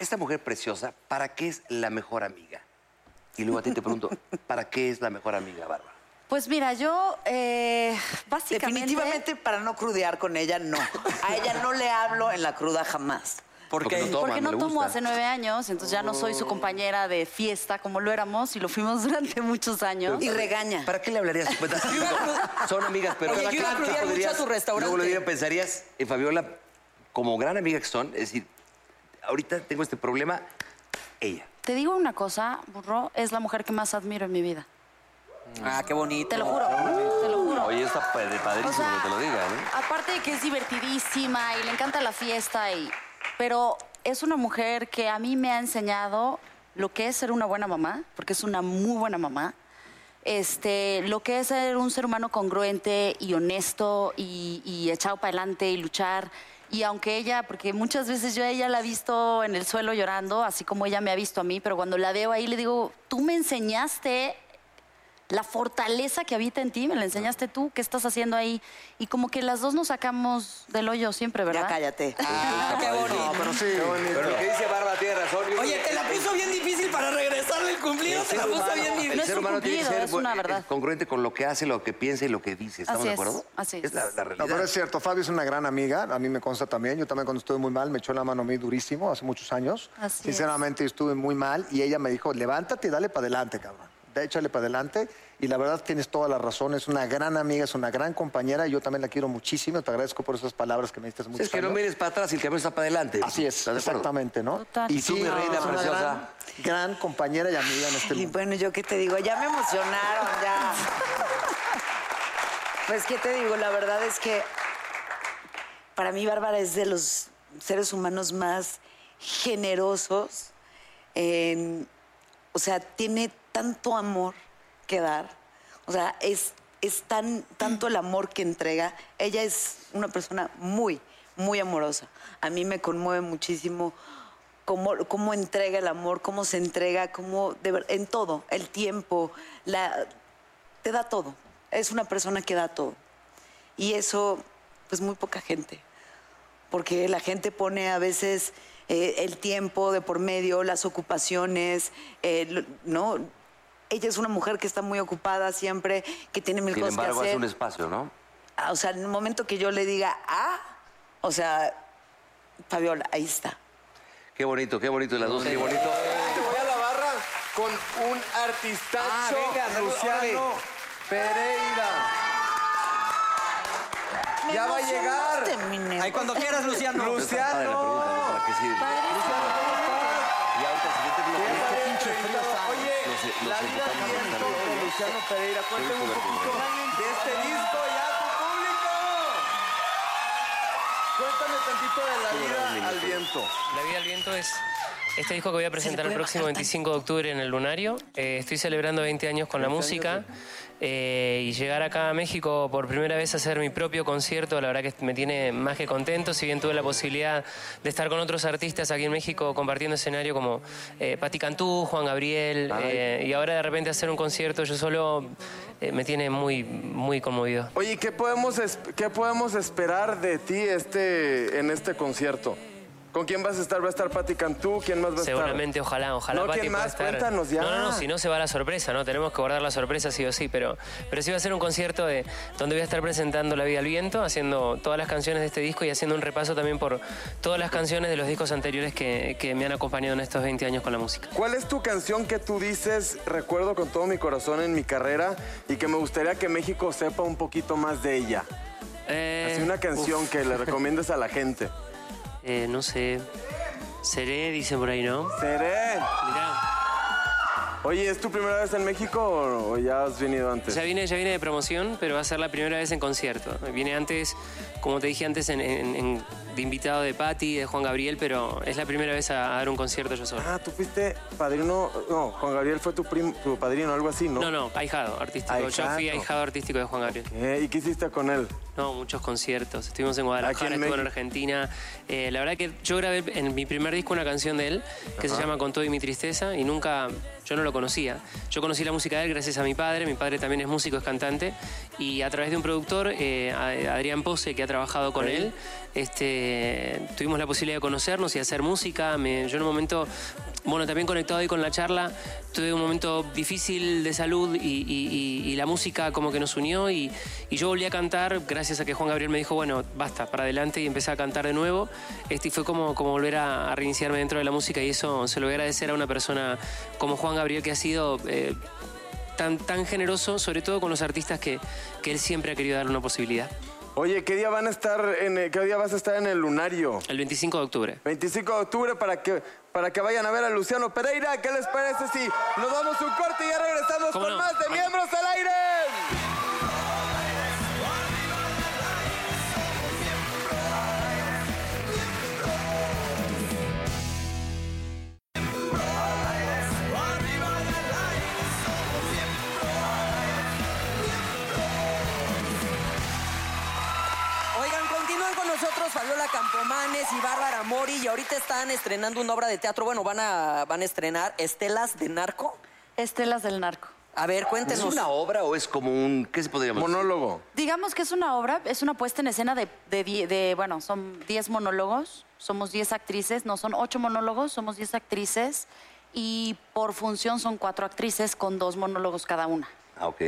Speaker 4: esta mujer preciosa, ¿para qué es la mejor amiga? Y luego a ti te pregunto, ¿para qué es la mejor amiga, Bárbara?
Speaker 7: Pues mira, yo eh, básicamente...
Speaker 6: Definitivamente para no crudear con ella, no. A ella no le hablo en la cruda jamás.
Speaker 4: Porque no
Speaker 7: Porque
Speaker 4: toman,
Speaker 7: no
Speaker 4: le
Speaker 7: tomo
Speaker 4: gusta. Mm.
Speaker 7: hace nueve años, entonces ya no soy su compañera de fiesta como lo éramos y lo fuimos durante muchos años.
Speaker 6: Y regaña.
Speaker 4: ¿Para qué le hablarías? Pues, Son amigas, pero
Speaker 9: Oye, yo iba a
Speaker 4: ¿qué
Speaker 9: crudear mucho
Speaker 4: podrías-
Speaker 9: a tu restaurante.
Speaker 4: Luego le diría, pensarías, eh, Fabiola, como gran amiga que son, es decir, ahorita tengo este problema, ella.
Speaker 7: Te digo una cosa, burro, es la mujer que más admiro en mi vida.
Speaker 9: Ah, qué bonito.
Speaker 7: Te lo juro, te lo juro.
Speaker 4: Oye, está pa- de padrísimo
Speaker 7: O sea,
Speaker 4: que te lo diga, ¿eh?
Speaker 7: Aparte de que es divertidísima y le encanta la fiesta, y, pero es una mujer que a mí me ha enseñado lo que es ser una buena mamá, porque es una muy buena mamá. Este, lo que es ser un ser humano congruente y honesto y, y echado para adelante y luchar. Y aunque ella, porque muchas veces yo a ella la he visto en el suelo llorando, así como ella me ha visto a mí, pero cuando la veo ahí le digo, tú me enseñaste la fortaleza que habita en ti, me la enseñaste tú, ¿qué estás haciendo ahí? Y como que las dos nos sacamos del hoyo siempre, ¿verdad?
Speaker 6: Ya cállate.
Speaker 9: Ah, qué bonito.
Speaker 5: Pero sí.
Speaker 4: Pero lo que dice Bárbara tiene razón. yo
Speaker 9: Oye,
Speaker 4: creo que
Speaker 9: te la puso bien difícil para regresarle el cumplido,
Speaker 4: el
Speaker 9: te
Speaker 4: ser
Speaker 9: la puso
Speaker 4: humano-
Speaker 9: bien
Speaker 4: el
Speaker 9: difícil.
Speaker 7: No es
Speaker 4: ser
Speaker 7: un
Speaker 4: humano tiene que
Speaker 7: cumplido,
Speaker 4: ser
Speaker 7: es una
Speaker 4: bu- eh,
Speaker 7: verdad.
Speaker 4: congruente con lo que hace, lo que piensa y lo que dice. ¿Estamos
Speaker 7: Así
Speaker 4: de
Speaker 7: es,
Speaker 4: acuerdo?
Speaker 7: así
Speaker 4: Es la,
Speaker 7: es.
Speaker 4: la
Speaker 5: No,
Speaker 4: realidad.
Speaker 5: pero es cierto, Fabio es una gran amiga, a mí me consta también, yo también cuando estuve muy mal me echó la mano a mí durísimo hace muchos años.
Speaker 7: Así es.
Speaker 5: Sinceramente yo estuve muy mal y ella me dijo, levántate y dale para adelante, cabrón, Da- échale para adelante y la verdad tienes toda la razón, es una gran amiga, es una gran compañera y yo también la quiero muchísimo, te agradezco por esas palabras que me diste hace
Speaker 4: Sí,
Speaker 5: muchos
Speaker 4: es que no
Speaker 5: años.
Speaker 4: mires para atrás y el camino está para adelante.
Speaker 5: Así es,
Speaker 4: ¿Estás de acuerdo?
Speaker 5: exactamente, ¿no?
Speaker 7: Total.
Speaker 4: Y tú, mi
Speaker 5: no,
Speaker 4: reina
Speaker 5: es una
Speaker 4: preciosa.
Speaker 5: gran- Gran, compañera y amiga en este
Speaker 6: Y
Speaker 5: mundo.
Speaker 6: bueno, yo qué te digo, ya me emocionaron, ya. Pues qué te digo, la verdad es que para mí Bárbara es de los seres humanos más generosos. en- o sea, tiene tanto amor que dar. O sea, es, es tan, tanto el amor que entrega. Ella es una persona muy, muy amorosa. A mí me conmueve muchísimo cómo, cómo entrega el amor, cómo se entrega, cómo de ver- en todo, el tiempo, la, te da todo. Es una persona que da todo. Y eso, pues muy poca gente. Porque la gente pone a veces eh, el tiempo de por medio, las ocupaciones, eh, lo- ¿no? Ella es una mujer que está muy ocupada siempre, que tiene mil
Speaker 4: Sin
Speaker 6: cosas
Speaker 4: embargo,
Speaker 6: que
Speaker 4: hace
Speaker 6: hacer.
Speaker 4: un espacio, ¿no?
Speaker 6: Ah, O sea, en el momento que yo le diga, ah, o sea, Fabiola, ahí está.
Speaker 4: Qué bonito, qué bonito las dos, qué bonito.
Speaker 3: Te voy a la barra con un artistazo.
Speaker 9: Ah, venga, salud,
Speaker 3: Luciano
Speaker 9: órale.
Speaker 3: Pereira. Ya va a llegar.
Speaker 9: Ahí cuando quieras, Luciano.
Speaker 4: Está padre la
Speaker 3: Luciano.
Speaker 4: pregunta, ¿no? ¿Para qué sirve?
Speaker 3: Luciano, ¿cómo estás?
Speaker 4: Y ahorita el siguiente bloque.
Speaker 3: Bien, bien,
Speaker 4: frío
Speaker 3: todo.
Speaker 4: está. Los-
Speaker 3: Oye,
Speaker 4: los
Speaker 3: la vida
Speaker 4: educamos
Speaker 3: tiene
Speaker 4: en
Speaker 3: todo
Speaker 4: salud,
Speaker 3: con
Speaker 4: ¿eh?
Speaker 3: Luciano Pereira. Cuéntame un poquito de este disco ya a tu público. Cuéntame tantito de la vida al viento.
Speaker 10: La Vida al Viento es este disco que voy a presentar el próximo 25 de octubre en el Lunario. Eh, estoy celebrando 20 años con la música eh, y llegar acá a México por primera vez a hacer mi propio concierto, la verdad que me tiene más que contento, si bien tuve la posibilidad de estar con otros artistas aquí en México compartiendo escenario como eh, Pati Cantú, Juan Gabriel, eh, y ahora de repente hacer un concierto yo solo eh, me tiene muy, muy conmovido.
Speaker 3: Oye, ¿qué podemos, es- ¿qué podemos esperar de ti este, en este concierto? ¿Con quién vas a estar? ¿Va a estar Pati Cantú? ¿Quién más va a estar?
Speaker 6: Seguramente, ojalá, ojalá.
Speaker 3: No,
Speaker 6: Pati
Speaker 3: ¿quién
Speaker 6: pueda
Speaker 3: más?
Speaker 6: estar.
Speaker 3: Cuéntanos ya.
Speaker 6: No, no, no, si no se va la sorpresa, ¿no? Tenemos que guardar la sorpresa sí o sí, pero, pero sí va a ser un concierto de, donde voy a estar presentando La Vida al Viento, haciendo todas las canciones de este disco y haciendo un repaso también por todas las canciones de los discos anteriores que, que me han acompañado en estos 20 años con la música.
Speaker 3: ¿Cuál es tu canción que tú dices, recuerdo con todo mi corazón en mi carrera y que me gustaría que México sepa un poquito más de ella? Así una canción
Speaker 6: Eh, uf.
Speaker 3: que le recomiendes a la gente.
Speaker 6: Eh, no sé. Seré, dice por ahí, ¿no?
Speaker 3: Seré. Oye, ¿es tu primera vez en México o- o ya has venido antes?
Speaker 6: Ya viene, ya viene de promoción, pero va a ser la primera vez en concierto. Viene antes, como te dije antes, en, en- en- de invitado de Patti, de Juan Gabriel, pero es la primera vez a, a dar un concierto yo solo.
Speaker 3: Ah, tú fuiste padrino. No, Juan Gabriel fue tu, prim- tu padrino, algo así, ¿no?
Speaker 6: No, no, ahijado artístico. Yo fui
Speaker 3: Ahijado.
Speaker 6: ahijado artístico de Juan Gabriel.
Speaker 3: Eh, ¿Y qué hiciste con él?
Speaker 6: No, muchos conciertos. Estuvimos en Guadalajara, estuvo en Argentina. Eh, la verdad que yo grabé en mi primer disco una canción de él que se
Speaker 3: Ajá.
Speaker 6: llama Con todo y mi tristeza y nunca, yo no lo conocía. Yo conocí la música de él gracias a mi padre. Mi padre también es músico, es cantante. Y a través de un productor, eh, a- Adrián Pose, que ha trabajado con él, este, tuvimos la posibilidad de conocernos y hacer música. Me- yo en un momento, bueno, también conectado ahí con la charla, tuve un momento difícil de salud y, y- y- y la música como que nos unió y, y yo volví a cantar gracias a que Juan Gabriel me dijo, bueno, basta, para adelante y empecé a cantar de nuevo. Este, y fue como, como volver a, a reiniciarme dentro de la música y eso se lo voy a agradecer a una persona como Juan Gabriel que ha sido... eh, Tan, tan generoso, sobre todo con los artistas que, que él siempre ha querido dar una posibilidad.
Speaker 3: Oye, ¿qué día van a estar en el- qué día vas a estar en el Lunario?
Speaker 6: El 25 de octubre.
Speaker 3: 25 de octubre para que para que vayan a ver a Luciano Pereira. ¿Qué les parece si nos damos un corte y ya regresamos
Speaker 11: ¿Cómo
Speaker 3: con
Speaker 11: no?
Speaker 3: más de
Speaker 11: Vamos.
Speaker 3: miembros al aire?
Speaker 12: Oigan, continúan con nosotros Fabiola Campomanes y Bárbara Mori y ahorita están estrenando una obra de teatro, bueno, van a, van a estrenar Estelas de Narco.
Speaker 7: Estelas del Narco.
Speaker 12: A ver,
Speaker 4: ¿Es
Speaker 12: cuéntenos.
Speaker 4: una obra o es como un. ¿Qué se podría llamar?
Speaker 3: Monólogo.
Speaker 7: Digamos que es una obra, es una puesta en escena de, de, die- de, bueno, son 10 monólogos, somos 10 actrices, no, son 8 monólogos, somos 10 actrices y por función son 4 actrices con 2 monólogos cada una.
Speaker 4: Ah, ok.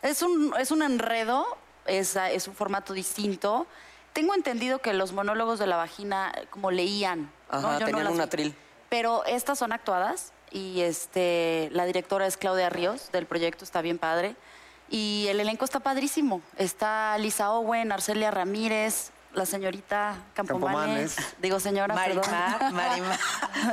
Speaker 7: Es un, es un enredo, es, ah, es un formato distinto. Tengo entendido que los monólogos de la vagina eh, como leían. ¿no?
Speaker 12: Ajá,
Speaker 7: Yo no
Speaker 12: tenían
Speaker 7: las
Speaker 12: un
Speaker 7: vi.
Speaker 12: atril.
Speaker 7: Pero estas son actuadas y este, la directora es Claudia Ríos del proyecto Está Bien Padre. Y el elenco está padrísimo. Está Lisa Owen, Arcelia Ramírez, la señorita Campomanes.
Speaker 5: Campomanes.
Speaker 7: Digo señora,
Speaker 5: Marimar,
Speaker 7: perdón.
Speaker 5: Marimar,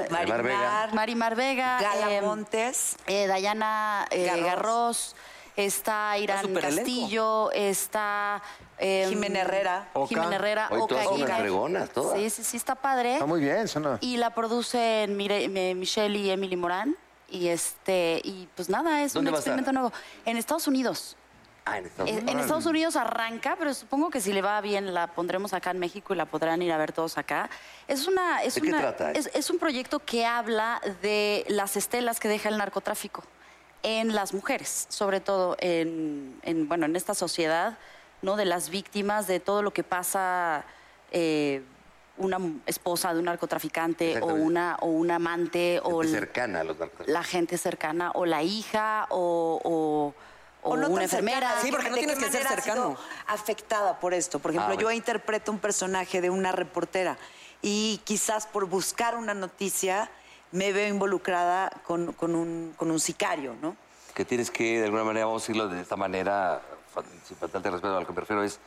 Speaker 7: Marimar Vega. Marimar Vega.
Speaker 5: Gala
Speaker 7: eh,
Speaker 5: Montes.
Speaker 7: eh, Dayana eh,
Speaker 5: Garros.
Speaker 7: Garros. Está Irán
Speaker 5: superelenco.
Speaker 7: Castillo, está... eh,
Speaker 5: Jimena Herrera.
Speaker 7: Oca. Jimena Herrera.
Speaker 4: Hoy todas son
Speaker 7: Oca,
Speaker 4: unas
Speaker 7: Ica.
Speaker 4: fregonas, todas.
Speaker 7: Sí, sí, sí, está padre.
Speaker 13: Está muy bien, suena.
Speaker 7: Y la producen Mire- eh, Michelle y Emily Morán. Y este y pues nada, es un
Speaker 4: ¿Dónde va a
Speaker 7: experimento
Speaker 4: estar?
Speaker 7: nuevo. En Estados Unidos.
Speaker 4: Ah, en Estados
Speaker 7: Eh,
Speaker 4: Unidos.
Speaker 7: en Estados Unidos arranca, pero supongo que si le va bien la pondremos acá en México y la podrán ir a ver todos acá. Es una, es
Speaker 4: ¿De qué
Speaker 7: una-
Speaker 4: trata?
Speaker 7: es- es un proyecto que habla de las estelas que deja el narcotráfico en las mujeres, sobre todo en, en, bueno en esta sociedad, no de las víctimas de todo lo que pasa. eh, una m- esposa de un narcotraficante o
Speaker 4: Exactamente.
Speaker 7: una, o un amante o
Speaker 4: Gente
Speaker 7: l-
Speaker 4: cercana a los narcos.
Speaker 7: la gente cercana o la hija o, o- o
Speaker 5: O no
Speaker 7: una
Speaker 5: tan
Speaker 7: enfermera.
Speaker 5: cercana, ¿de qué manera has sido afectada por esto. Por ejemplo,
Speaker 7: Ah,
Speaker 5: yo
Speaker 7: bueno.
Speaker 5: interpreto un personaje de una reportera y quizás por buscar una noticia me veo involucrada con, con un, con un sicario, ¿no?
Speaker 4: que tienes que, de alguna manera, vamos a decirlo de esta manera, fa- sin faltarte al respeto a lo que me refiero, es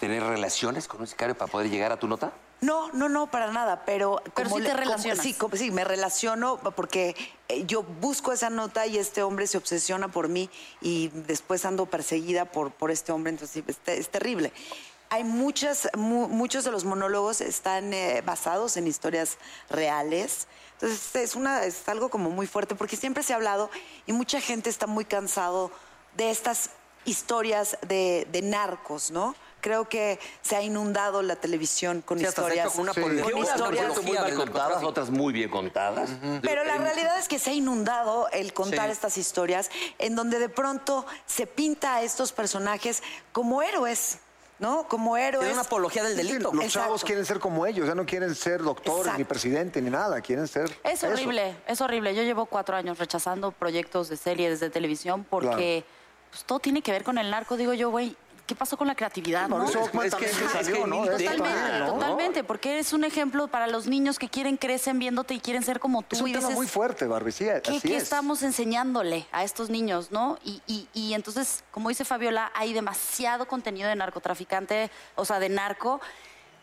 Speaker 4: tener relaciones con un sicario para poder llegar a tu nota.
Speaker 5: No, no, no, para nada, pero...
Speaker 7: Pero sí
Speaker 5: le-
Speaker 7: te relacionas.
Speaker 5: sí, como- sí, me relaciono porque eh, yo busco esa nota y este hombre se obsesiona por mí y después ando perseguida por, por este hombre, entonces sí, es, te- es terrible. Hay muchas, mu- muchos de los monólogos están eh, basados en historias reales. Entonces es, una, es algo como muy fuerte porque siempre se ha hablado y mucha gente está muy cansado de estas historias de, de narcos, ¿no? Creo que se ha inundado la televisión con
Speaker 4: Sí, hasta se ha hecho
Speaker 5: historias.
Speaker 4: como
Speaker 5: con
Speaker 4: una apología. Unas
Speaker 5: historias.
Speaker 4: muy mal contadas, otras muy bien contadas.
Speaker 5: Pero la realidad es que se ha inundado el contar
Speaker 4: Sí.
Speaker 5: estas historias en donde de pronto se pinta a estos personajes como héroes.
Speaker 6: ¿no? Como héroes.
Speaker 5: Era una apología
Speaker 6: del
Speaker 5: Sí, Los chavos quieren ser como ellos, ya no quieren ser doctores, ni
Speaker 7: Exacto.
Speaker 5: presidente, ni nada, quieren ser.
Speaker 7: Es
Speaker 5: eso.
Speaker 7: horrible, es horrible. Yo llevo cuatro años rechazando proyectos de series de televisión porque pues, todo tiene que ver con el narco. Digo yo, güey, ¿qué pasó con la creatividad?
Speaker 5: Por
Speaker 7: no?
Speaker 5: eso Ockman
Speaker 7: Ajá,
Speaker 5: también se
Speaker 7: es
Speaker 5: salió,
Speaker 7: que
Speaker 5: ¿no? De esto
Speaker 7: Totalmente,
Speaker 5: también, ¿no?
Speaker 7: totalmente, porque eres un ejemplo para los niños que quieren, crecen viéndote y quieren ser como tú.
Speaker 5: Es un
Speaker 7: y
Speaker 5: tema
Speaker 7: dices,
Speaker 5: muy fuerte, Barbie, sí,
Speaker 7: ¿qué,
Speaker 5: así
Speaker 7: qué
Speaker 5: es.
Speaker 7: estamos enseñándole a estos niños, no? Y, y- y entonces, como dice Fabiola, hay demasiado contenido de narcotraficante, o sea, de narco,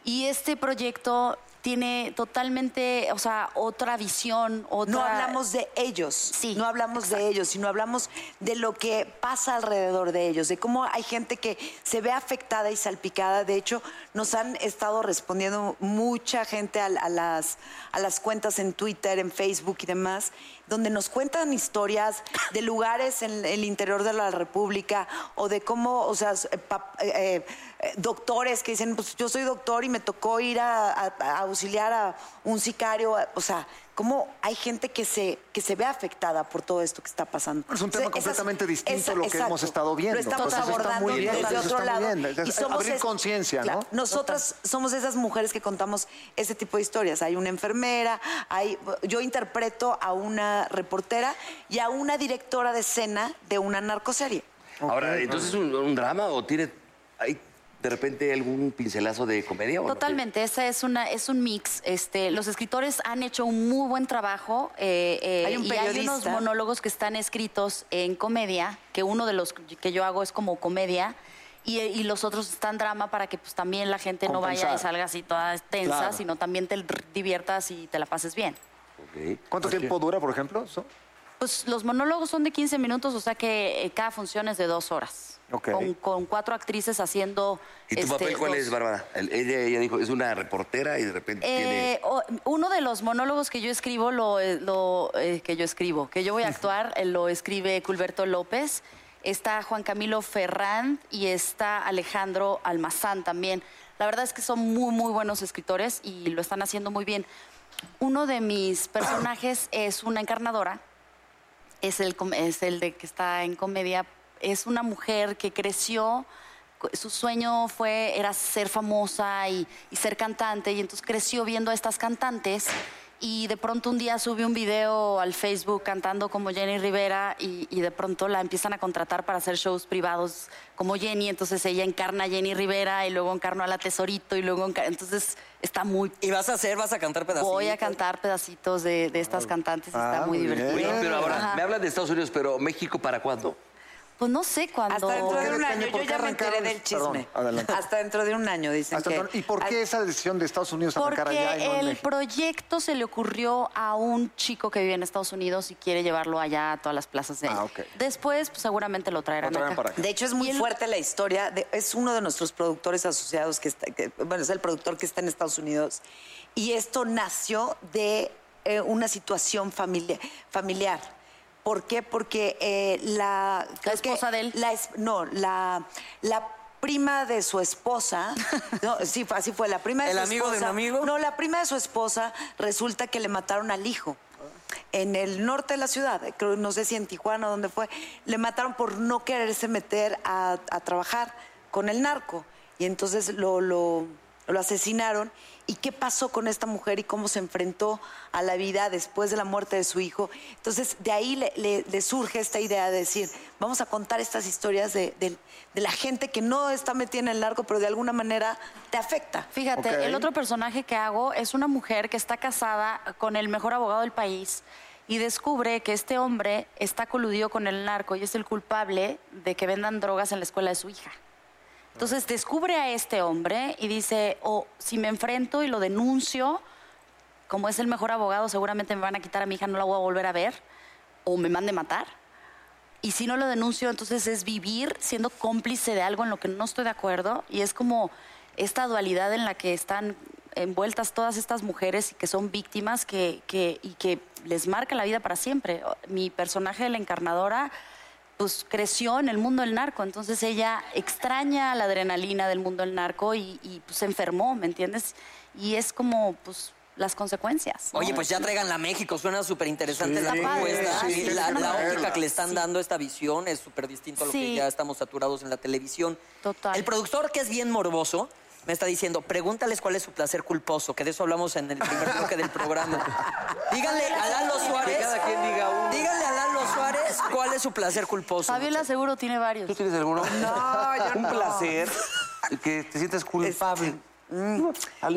Speaker 7: y este proyecto tiene totalmente, o sea, otra visión, otra...
Speaker 6: No hablamos de ellos, no hablamos de ellos, sino hablamos de lo que pasa alrededor de ellos, de cómo hay gente que se ve afectada y salpicada. De hecho, nos han estado respondiendo mucha gente al- a, las, a las cuentas en Twitter, en Facebook y demás, donde nos cuentan historias de lugares en el interior de la República o de cómo, o sea, s- eh, pap- eh, eh, doctores que dicen, pues yo soy doctor y me tocó ir a, a- a auxiliar a un sicario, a- o sea cómo hay gente que se, que se ve afectada por todo esto que está pasando.
Speaker 5: Es un tema
Speaker 6: Entonces, esas-
Speaker 5: completamente distinto
Speaker 6: esa-
Speaker 5: a lo que
Speaker 6: exacto.
Speaker 5: hemos estado viendo.
Speaker 6: Lo estamos
Speaker 5: Entonces,
Speaker 6: abordando
Speaker 5: está muy bien,
Speaker 6: desde
Speaker 5: eso está
Speaker 6: otro
Speaker 5: muy
Speaker 6: lado.
Speaker 5: bien. Es-
Speaker 6: Y somos
Speaker 5: abrir
Speaker 6: es-
Speaker 5: conciencia,
Speaker 6: claro,
Speaker 5: ¿no?
Speaker 6: Nosotras somos esas mujeres que contamos ese tipo de historias. Hay una enfermera, hay, yo interpreto a una reportera y a una directora de escena de una narcoserie.
Speaker 4: Ahora, entonces, ¿un, un drama o tiene. Hay de repente algún pincelazo de comedia o no?
Speaker 7: Totalmente, esa es una es un mix. Este, los escritores han hecho un muy buen trabajo eh, eh,
Speaker 6: Hay un
Speaker 7: y hay unos
Speaker 6: periodista.
Speaker 7: monólogos que están escritos en comedia, que uno de los que yo hago es como comedia y, y los otros están drama para que pues también la gente no vaya
Speaker 5: Compensar.
Speaker 7: y salga así toda tensa,
Speaker 5: Claro.
Speaker 7: sino también te r- diviertas y te la pases bien.
Speaker 5: ¿Cuánto tiempo dura, por ejemplo? eso?
Speaker 7: Pues los monólogos son de 15 minutos, o sea que eh, cada función es de dos horas.
Speaker 4: Ok.
Speaker 7: Con, con cuatro actrices haciendo.
Speaker 4: ¿Y tu
Speaker 7: este,
Speaker 4: papel cuál
Speaker 7: dos.
Speaker 4: es, Bárbara? El- ella, ella dijo, es una reportera y de repente tiene.
Speaker 7: Eh, o- uno de los monólogos que yo escribo, lo, eh, lo, eh, que yo escribo, que yo voy a actuar, eh, lo escribe Culberto López, está Juan Camilo Ferrand y está Alejandro Almazán también. La verdad es que son muy, muy buenos escritores y lo están haciendo muy bien. Uno de mis personajes es una encarnadora, es el, com- es el de que está en comedia. Es una mujer que creció, cu- su sueño fue, era ser famosa y, y ser cantante, y entonces creció viendo a estas cantantes. Y de pronto un día sube un video al Facebook cantando como Jenny Rivera y, y de pronto la empiezan a contratar para hacer shows privados como Jenny. Entonces ella encarna a Jenny Rivera y luego encarnó a la Tesorito y luego encar- Entonces está muy...
Speaker 14: ¿Y vas a hacer, vas a cantar pedacitos?
Speaker 7: Voy a cantar pedacitos de, de estas cantantes y está muy divertido.
Speaker 4: Oye, pero ahora,
Speaker 7: Ajá.
Speaker 4: me hablan de Estados Unidos, pero ¿México para cuándo?
Speaker 7: Pues no sé cuándo.
Speaker 6: Hasta dentro de un año, yo
Speaker 5: qué
Speaker 6: ya me enteré
Speaker 5: arrancaron?
Speaker 6: del chisme.
Speaker 5: Perdón, adelante.
Speaker 6: Hasta dentro de un año, dicen
Speaker 5: Hasta
Speaker 6: que...
Speaker 5: entonces, ¿Y por qué esa decisión de Estados Unidos arrancar
Speaker 7: Porque
Speaker 5: allá y no en
Speaker 7: el
Speaker 5: México?
Speaker 7: proyecto se le ocurrió a un chico que vive en Estados Unidos y quiere llevarlo allá a todas las plazas de
Speaker 6: Ah,
Speaker 7: allá.
Speaker 6: ok.
Speaker 7: Después pues, seguramente lo traerán acá.
Speaker 6: De hecho, es muy fuerte la historia. de- es uno de nuestros productores asociados, que, está, que- bueno, es el productor que está en Estados Unidos. Y esto nació de eh, una situación familia- familiar. ¿Por qué? Porque eh, la... La esposa de él. no, la, la prima de su esposa, no, sí, fue- así fue, la prima de
Speaker 14: ¿El
Speaker 6: su
Speaker 14: amigo de un
Speaker 6: esposa-
Speaker 14: amigo?
Speaker 6: No, la prima de su esposa resulta que le mataron al hijo en el norte de la ciudad, creo, no sé si en Tijuana o dónde fue, le mataron por no quererse meter a, a trabajar con el narco. Y entonces lo, lo- lo asesinaron. ¿Y qué pasó con esta mujer y cómo se enfrentó a la vida después de la muerte de su hijo? Entonces de ahí le, le- le surge esta idea de decir, vamos a contar estas historias de, del- de la gente que no está metida en el narco, pero de alguna manera te afecta.
Speaker 7: Fíjate,
Speaker 6: Ok.
Speaker 7: el otro personaje que hago es una mujer que está casada con el mejor abogado del país y descubre que este hombre está coludido con el narco y es el culpable de que vendan drogas en la escuela de su hija. Entonces descubre a este hombre y dice, o si me enfrento y lo denuncio, como es el mejor abogado, seguramente me van a quitar a mi hija, no la voy a volver a ver, o me mande matar. Y si no lo denuncio, entonces es vivir siendo cómplice de algo en lo que no estoy de acuerdo. Y es como esta dualidad en la que están envueltas todas estas mujeres y que son víctimas que, que- y que les marca la vida para siempre. O- Mi personaje de la encarnadora pues creció en el mundo del narco, entonces ella extraña la adrenalina del mundo del narco y, y, pues, se enfermó, ¿me entiendes? Y es como, pues, las consecuencias.
Speaker 6: Oye, pues ya traigan la México, suena súper interesante
Speaker 7: Sí,
Speaker 6: la
Speaker 7: sí,
Speaker 6: propuesta.
Speaker 7: sí,
Speaker 6: y
Speaker 7: sí, tienes
Speaker 6: la,
Speaker 7: que
Speaker 6: la óptica
Speaker 7: traerla.
Speaker 6: que le están dando a esta visión es súper distinto a lo que
Speaker 7: Sí.
Speaker 6: ya estamos saturados en la televisión.
Speaker 7: Total.
Speaker 6: El productor, que es bien morboso, me está diciendo, pregúntales cuál es su placer culposo, que de eso hablamos en el primer bloque del programa. Díganle a Lalo Suárez.
Speaker 7: Que cada quien diga uno.
Speaker 6: Díganle a Lalo Suárez cuál es su placer culposo.
Speaker 7: Fabiola seguro tiene varios. ¿Tú
Speaker 4: tienes alguno?
Speaker 7: No, yo
Speaker 4: Un
Speaker 7: no.
Speaker 4: placer que te sientas culpable. Al no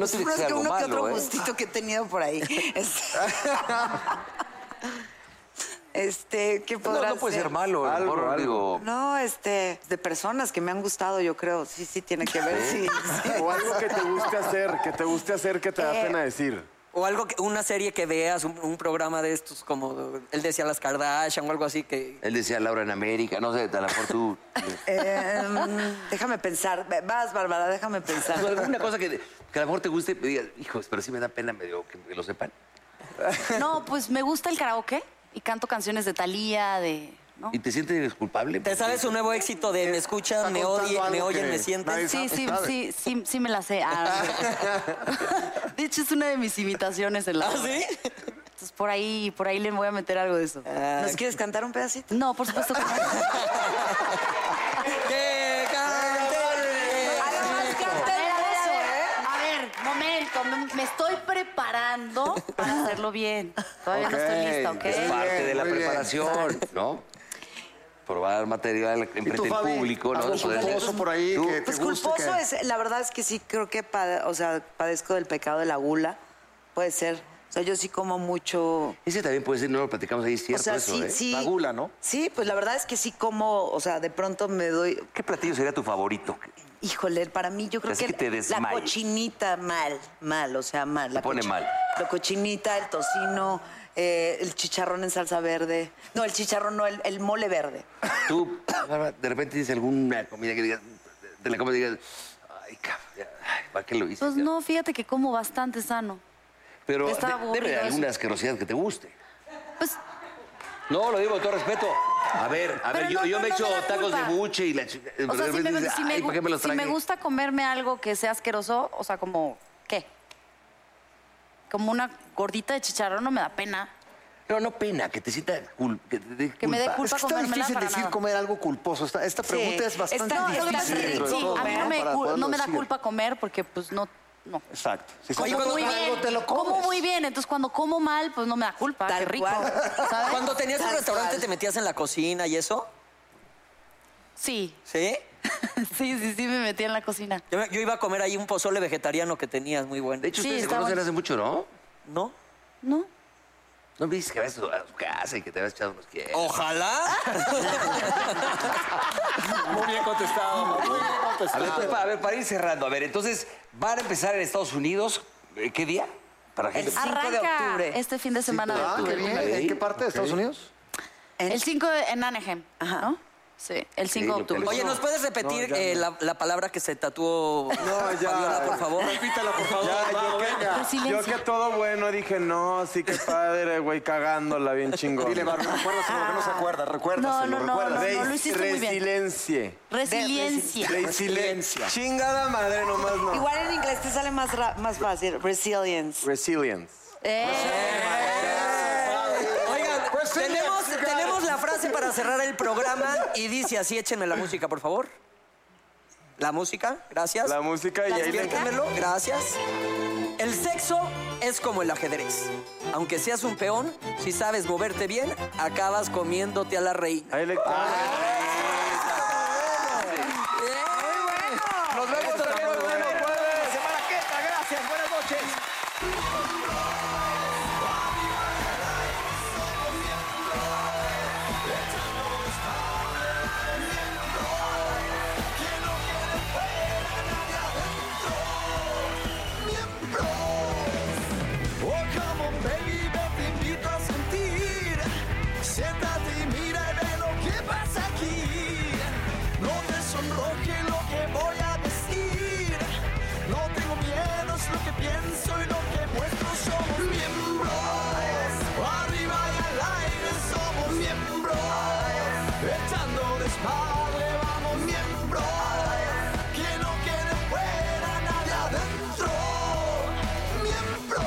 Speaker 15: Pues
Speaker 4: tiene
Speaker 15: uno
Speaker 4: mm. que
Speaker 15: es
Speaker 4: ser
Speaker 15: que
Speaker 4: algo
Speaker 15: uno que otro
Speaker 4: malo, ¿eh?
Speaker 15: gustito que he tenido por ahí. Este, Este, ¿qué
Speaker 4: No,
Speaker 15: podrá
Speaker 4: no puede ser malo. a lo mejor, digo,
Speaker 15: No, este, de personas que me han gustado, yo creo. Sí, sí, tiene que ver. Sí, sí.
Speaker 3: O algo que te guste hacer, que te guste hacer, que te da
Speaker 15: Eh,
Speaker 3: pena decir.
Speaker 6: O algo que, una serie que veas, un, un programa de estos como él decía las Kardashian o algo así que.
Speaker 4: Él decía Laura en América, no sé, a lo mejor tú.
Speaker 15: Eh, mm, déjame pensar. Vas, Bárbara, déjame pensar.
Speaker 4: O alguna cosa que, que a lo mejor te guste, y digas, hijos, pero sí me da pena medio que lo sepan.
Speaker 7: No, pues me gusta el karaoke y canto canciones de Talía, de. ¿no?
Speaker 4: ¿Y te sientes culpable?
Speaker 6: ¿Te sabes un nuevo éxito de me escuchan, me odian, me oyen, me sienten?
Speaker 7: Sí, sí, sí, sí, sí me la sé. Ah, no. de hecho, es una de mis imitaciones en la.
Speaker 6: ¿Ah, sí?
Speaker 7: Entonces por ahí, por ahí le voy a meter algo de eso.
Speaker 6: ¿Ah,
Speaker 15: ¿Nos quieres cantar un pedacito?
Speaker 7: No, por supuesto que no.
Speaker 6: ¡Que cante!
Speaker 15: ¿eh?
Speaker 7: A ver, momento, me- me estoy preparando para hacerlo bien. Todavía no estoy lista, ¿ok?
Speaker 4: Es parte de la
Speaker 7: Muy bien.
Speaker 4: preparación, ¿no? Probar material en frente del
Speaker 5: Fabi?
Speaker 4: público, ¿no?
Speaker 5: ¿Algo culposo por ahí
Speaker 4: Tú-
Speaker 5: que te
Speaker 15: Pues
Speaker 5: guste,
Speaker 15: culposo
Speaker 5: que-
Speaker 15: es, la verdad es que sí creo que pade- o sea, padezco del pecado de la gula. Puede ser. O sea, yo sí como mucho.
Speaker 4: Ese también puede ser, no lo platicamos ahí, es cierto
Speaker 15: o sea,
Speaker 4: eso,
Speaker 15: sí,
Speaker 4: ¿eh?
Speaker 15: sí. Sí, pues la verdad es que sí como, o sea, de pronto me doy,
Speaker 4: ¿Qué platillo sería tu favorito?
Speaker 15: híjole, para mí yo creo
Speaker 4: Así
Speaker 15: que,
Speaker 4: que te
Speaker 15: la
Speaker 4: desmayes.
Speaker 15: cochinita mal, mal, o sea, mal. La
Speaker 4: pone
Speaker 15: cochi-
Speaker 4: mal.
Speaker 15: La cochinita, el tocino, eh, el chicharrón en salsa verde. No, el chicharrón no, el, el mole verde.
Speaker 4: Tú, Bárbara, de repente dices alguna comida que digas, de la comida digas, ay, cabrón, ya, ay, ¿para qué lo hice?
Speaker 7: Pues no, fíjate que como bastante sano.
Speaker 4: Pero
Speaker 7: está
Speaker 4: de-
Speaker 7: aburrido
Speaker 4: debe de
Speaker 7: eso.
Speaker 4: alguna asquerosidad que te guste.
Speaker 7: Pues,
Speaker 4: No, lo digo con todo respeto. A ver, a
Speaker 7: Pero
Speaker 4: ver, yo,
Speaker 7: no,
Speaker 4: yo
Speaker 7: no,
Speaker 4: me
Speaker 7: no
Speaker 4: echo
Speaker 7: me da
Speaker 4: tacos de
Speaker 7: culpa.
Speaker 4: buche y la chica.
Speaker 7: O sea, si me, si me gu-
Speaker 4: ¿por qué me los
Speaker 7: si me
Speaker 4: tragué?"
Speaker 7: gusta comerme algo que sea asqueroso, o sea, como, ¿qué? Como una gordita de chicharrón no me da pena.
Speaker 4: No, no pena, que te sienta cul- que, te dé
Speaker 7: Que me dé
Speaker 4: culpa.
Speaker 7: culpa
Speaker 5: Es que está
Speaker 7: comérmela
Speaker 5: difícil
Speaker 7: para
Speaker 5: decir
Speaker 7: nada.
Speaker 5: comer algo culposo. Esta, esta
Speaker 7: Sí.
Speaker 5: pregunta es bastante
Speaker 7: Eh, Está- lo que pasa
Speaker 5: difícil.
Speaker 7: es que
Speaker 5: dentro de
Speaker 7: sí,
Speaker 5: todo,
Speaker 7: a mí
Speaker 5: ¿no?
Speaker 7: no me,
Speaker 5: Para
Speaker 7: cul- no
Speaker 5: poderlo
Speaker 7: me da
Speaker 5: decir.
Speaker 7: culpa comer porque pues no... no.
Speaker 5: Exacto. Si
Speaker 7: Como
Speaker 5: estás
Speaker 7: muy
Speaker 5: haciendo
Speaker 7: bien,
Speaker 5: algo, te lo comes.
Speaker 7: como muy bien, entonces cuando como mal, pues no me da culpa, qué rico. ¿sabes?
Speaker 6: Cuando tenías un
Speaker 7: Tal
Speaker 6: restaurante
Speaker 7: cual.
Speaker 6: te metías en la cocina y eso,
Speaker 7: Sí,
Speaker 6: ¿sí?
Speaker 7: sí, sí, sí, me metí en la cocina.
Speaker 6: Yo, me- yo iba a comer ahí un pozole vegetariano que tenías muy bueno.
Speaker 4: De hecho,
Speaker 7: Sí,
Speaker 4: ustedes se
Speaker 7: está
Speaker 4: conocen
Speaker 7: bueno.
Speaker 4: hace mucho, ¿no?
Speaker 6: ¿No?
Speaker 7: ¿No?
Speaker 4: No me dices que vas a tu casa y que te habías echado unos que.
Speaker 16: Oh,
Speaker 6: Ojalá.
Speaker 16: Muy bien contestado. Muy bien
Speaker 4: A ver,
Speaker 16: contestado.
Speaker 4: Pepa, a ver, para ir cerrando, a ver, entonces, van a empezar en Estados Unidos, ¿eh, ¿qué día? Para gente.
Speaker 7: Arranca este fin de semana de
Speaker 4: Ah,
Speaker 7: octubre.
Speaker 4: qué bien. ¿En qué
Speaker 5: parte de Estados Unidos?
Speaker 7: El 5 de, en Anaheim, ¿no? Sí, el 5 de octubre.
Speaker 6: Oye, ¿nos puedes repetir eh, la, la palabra que se tatuó Fabiola, por favor?
Speaker 16: Repítala, por favor.
Speaker 3: Ya, yo, que, yo que todo bueno dije, no, sí que padre, güey, cagándola bien chingón.
Speaker 5: Dile, Bárbara, recuérdaselo, que no se acuerda, recuérdaselo,
Speaker 7: No, no, no,
Speaker 5: recuérdaselo.
Speaker 7: no, no, lo hiciste muy bien.
Speaker 3: Resiliencia.
Speaker 7: Resiliencia.
Speaker 3: Resiliencia. Chingada madre, nomás no.
Speaker 15: Igual en inglés te sale más, ra- más fácil, resilience.
Speaker 3: Resilience.
Speaker 7: Eh,
Speaker 6: Oigan,
Speaker 5: Pues sí,
Speaker 6: tenemos,
Speaker 5: claro.
Speaker 6: tenemos la frase para cerrar el programa y dice así, échenme la música, por favor. La música, gracias.
Speaker 3: La música y ahí le
Speaker 6: Explíquenmelo, gracias. El sexo es como el ajedrez. Aunque seas un peón, si sabes moverte bien, acabas comiéndote a la reina. Ah,
Speaker 3: Ahí le
Speaker 16: Nos vemos el próximo semana que entra. Gracias. Buenas noches.
Speaker 17: Oh, come on, baby, yo te invito a sentir. Siéntate y mira y ve lo que pasa aquí. No te sonroje lo que voy a decir. No tengo miedo, es lo que pienso y lo que muestro. Somos miembros. Arriba y al aire somos miembros. Echando desmadre, vamos miembros. Que no quede fuera nadie adentro. Miembros.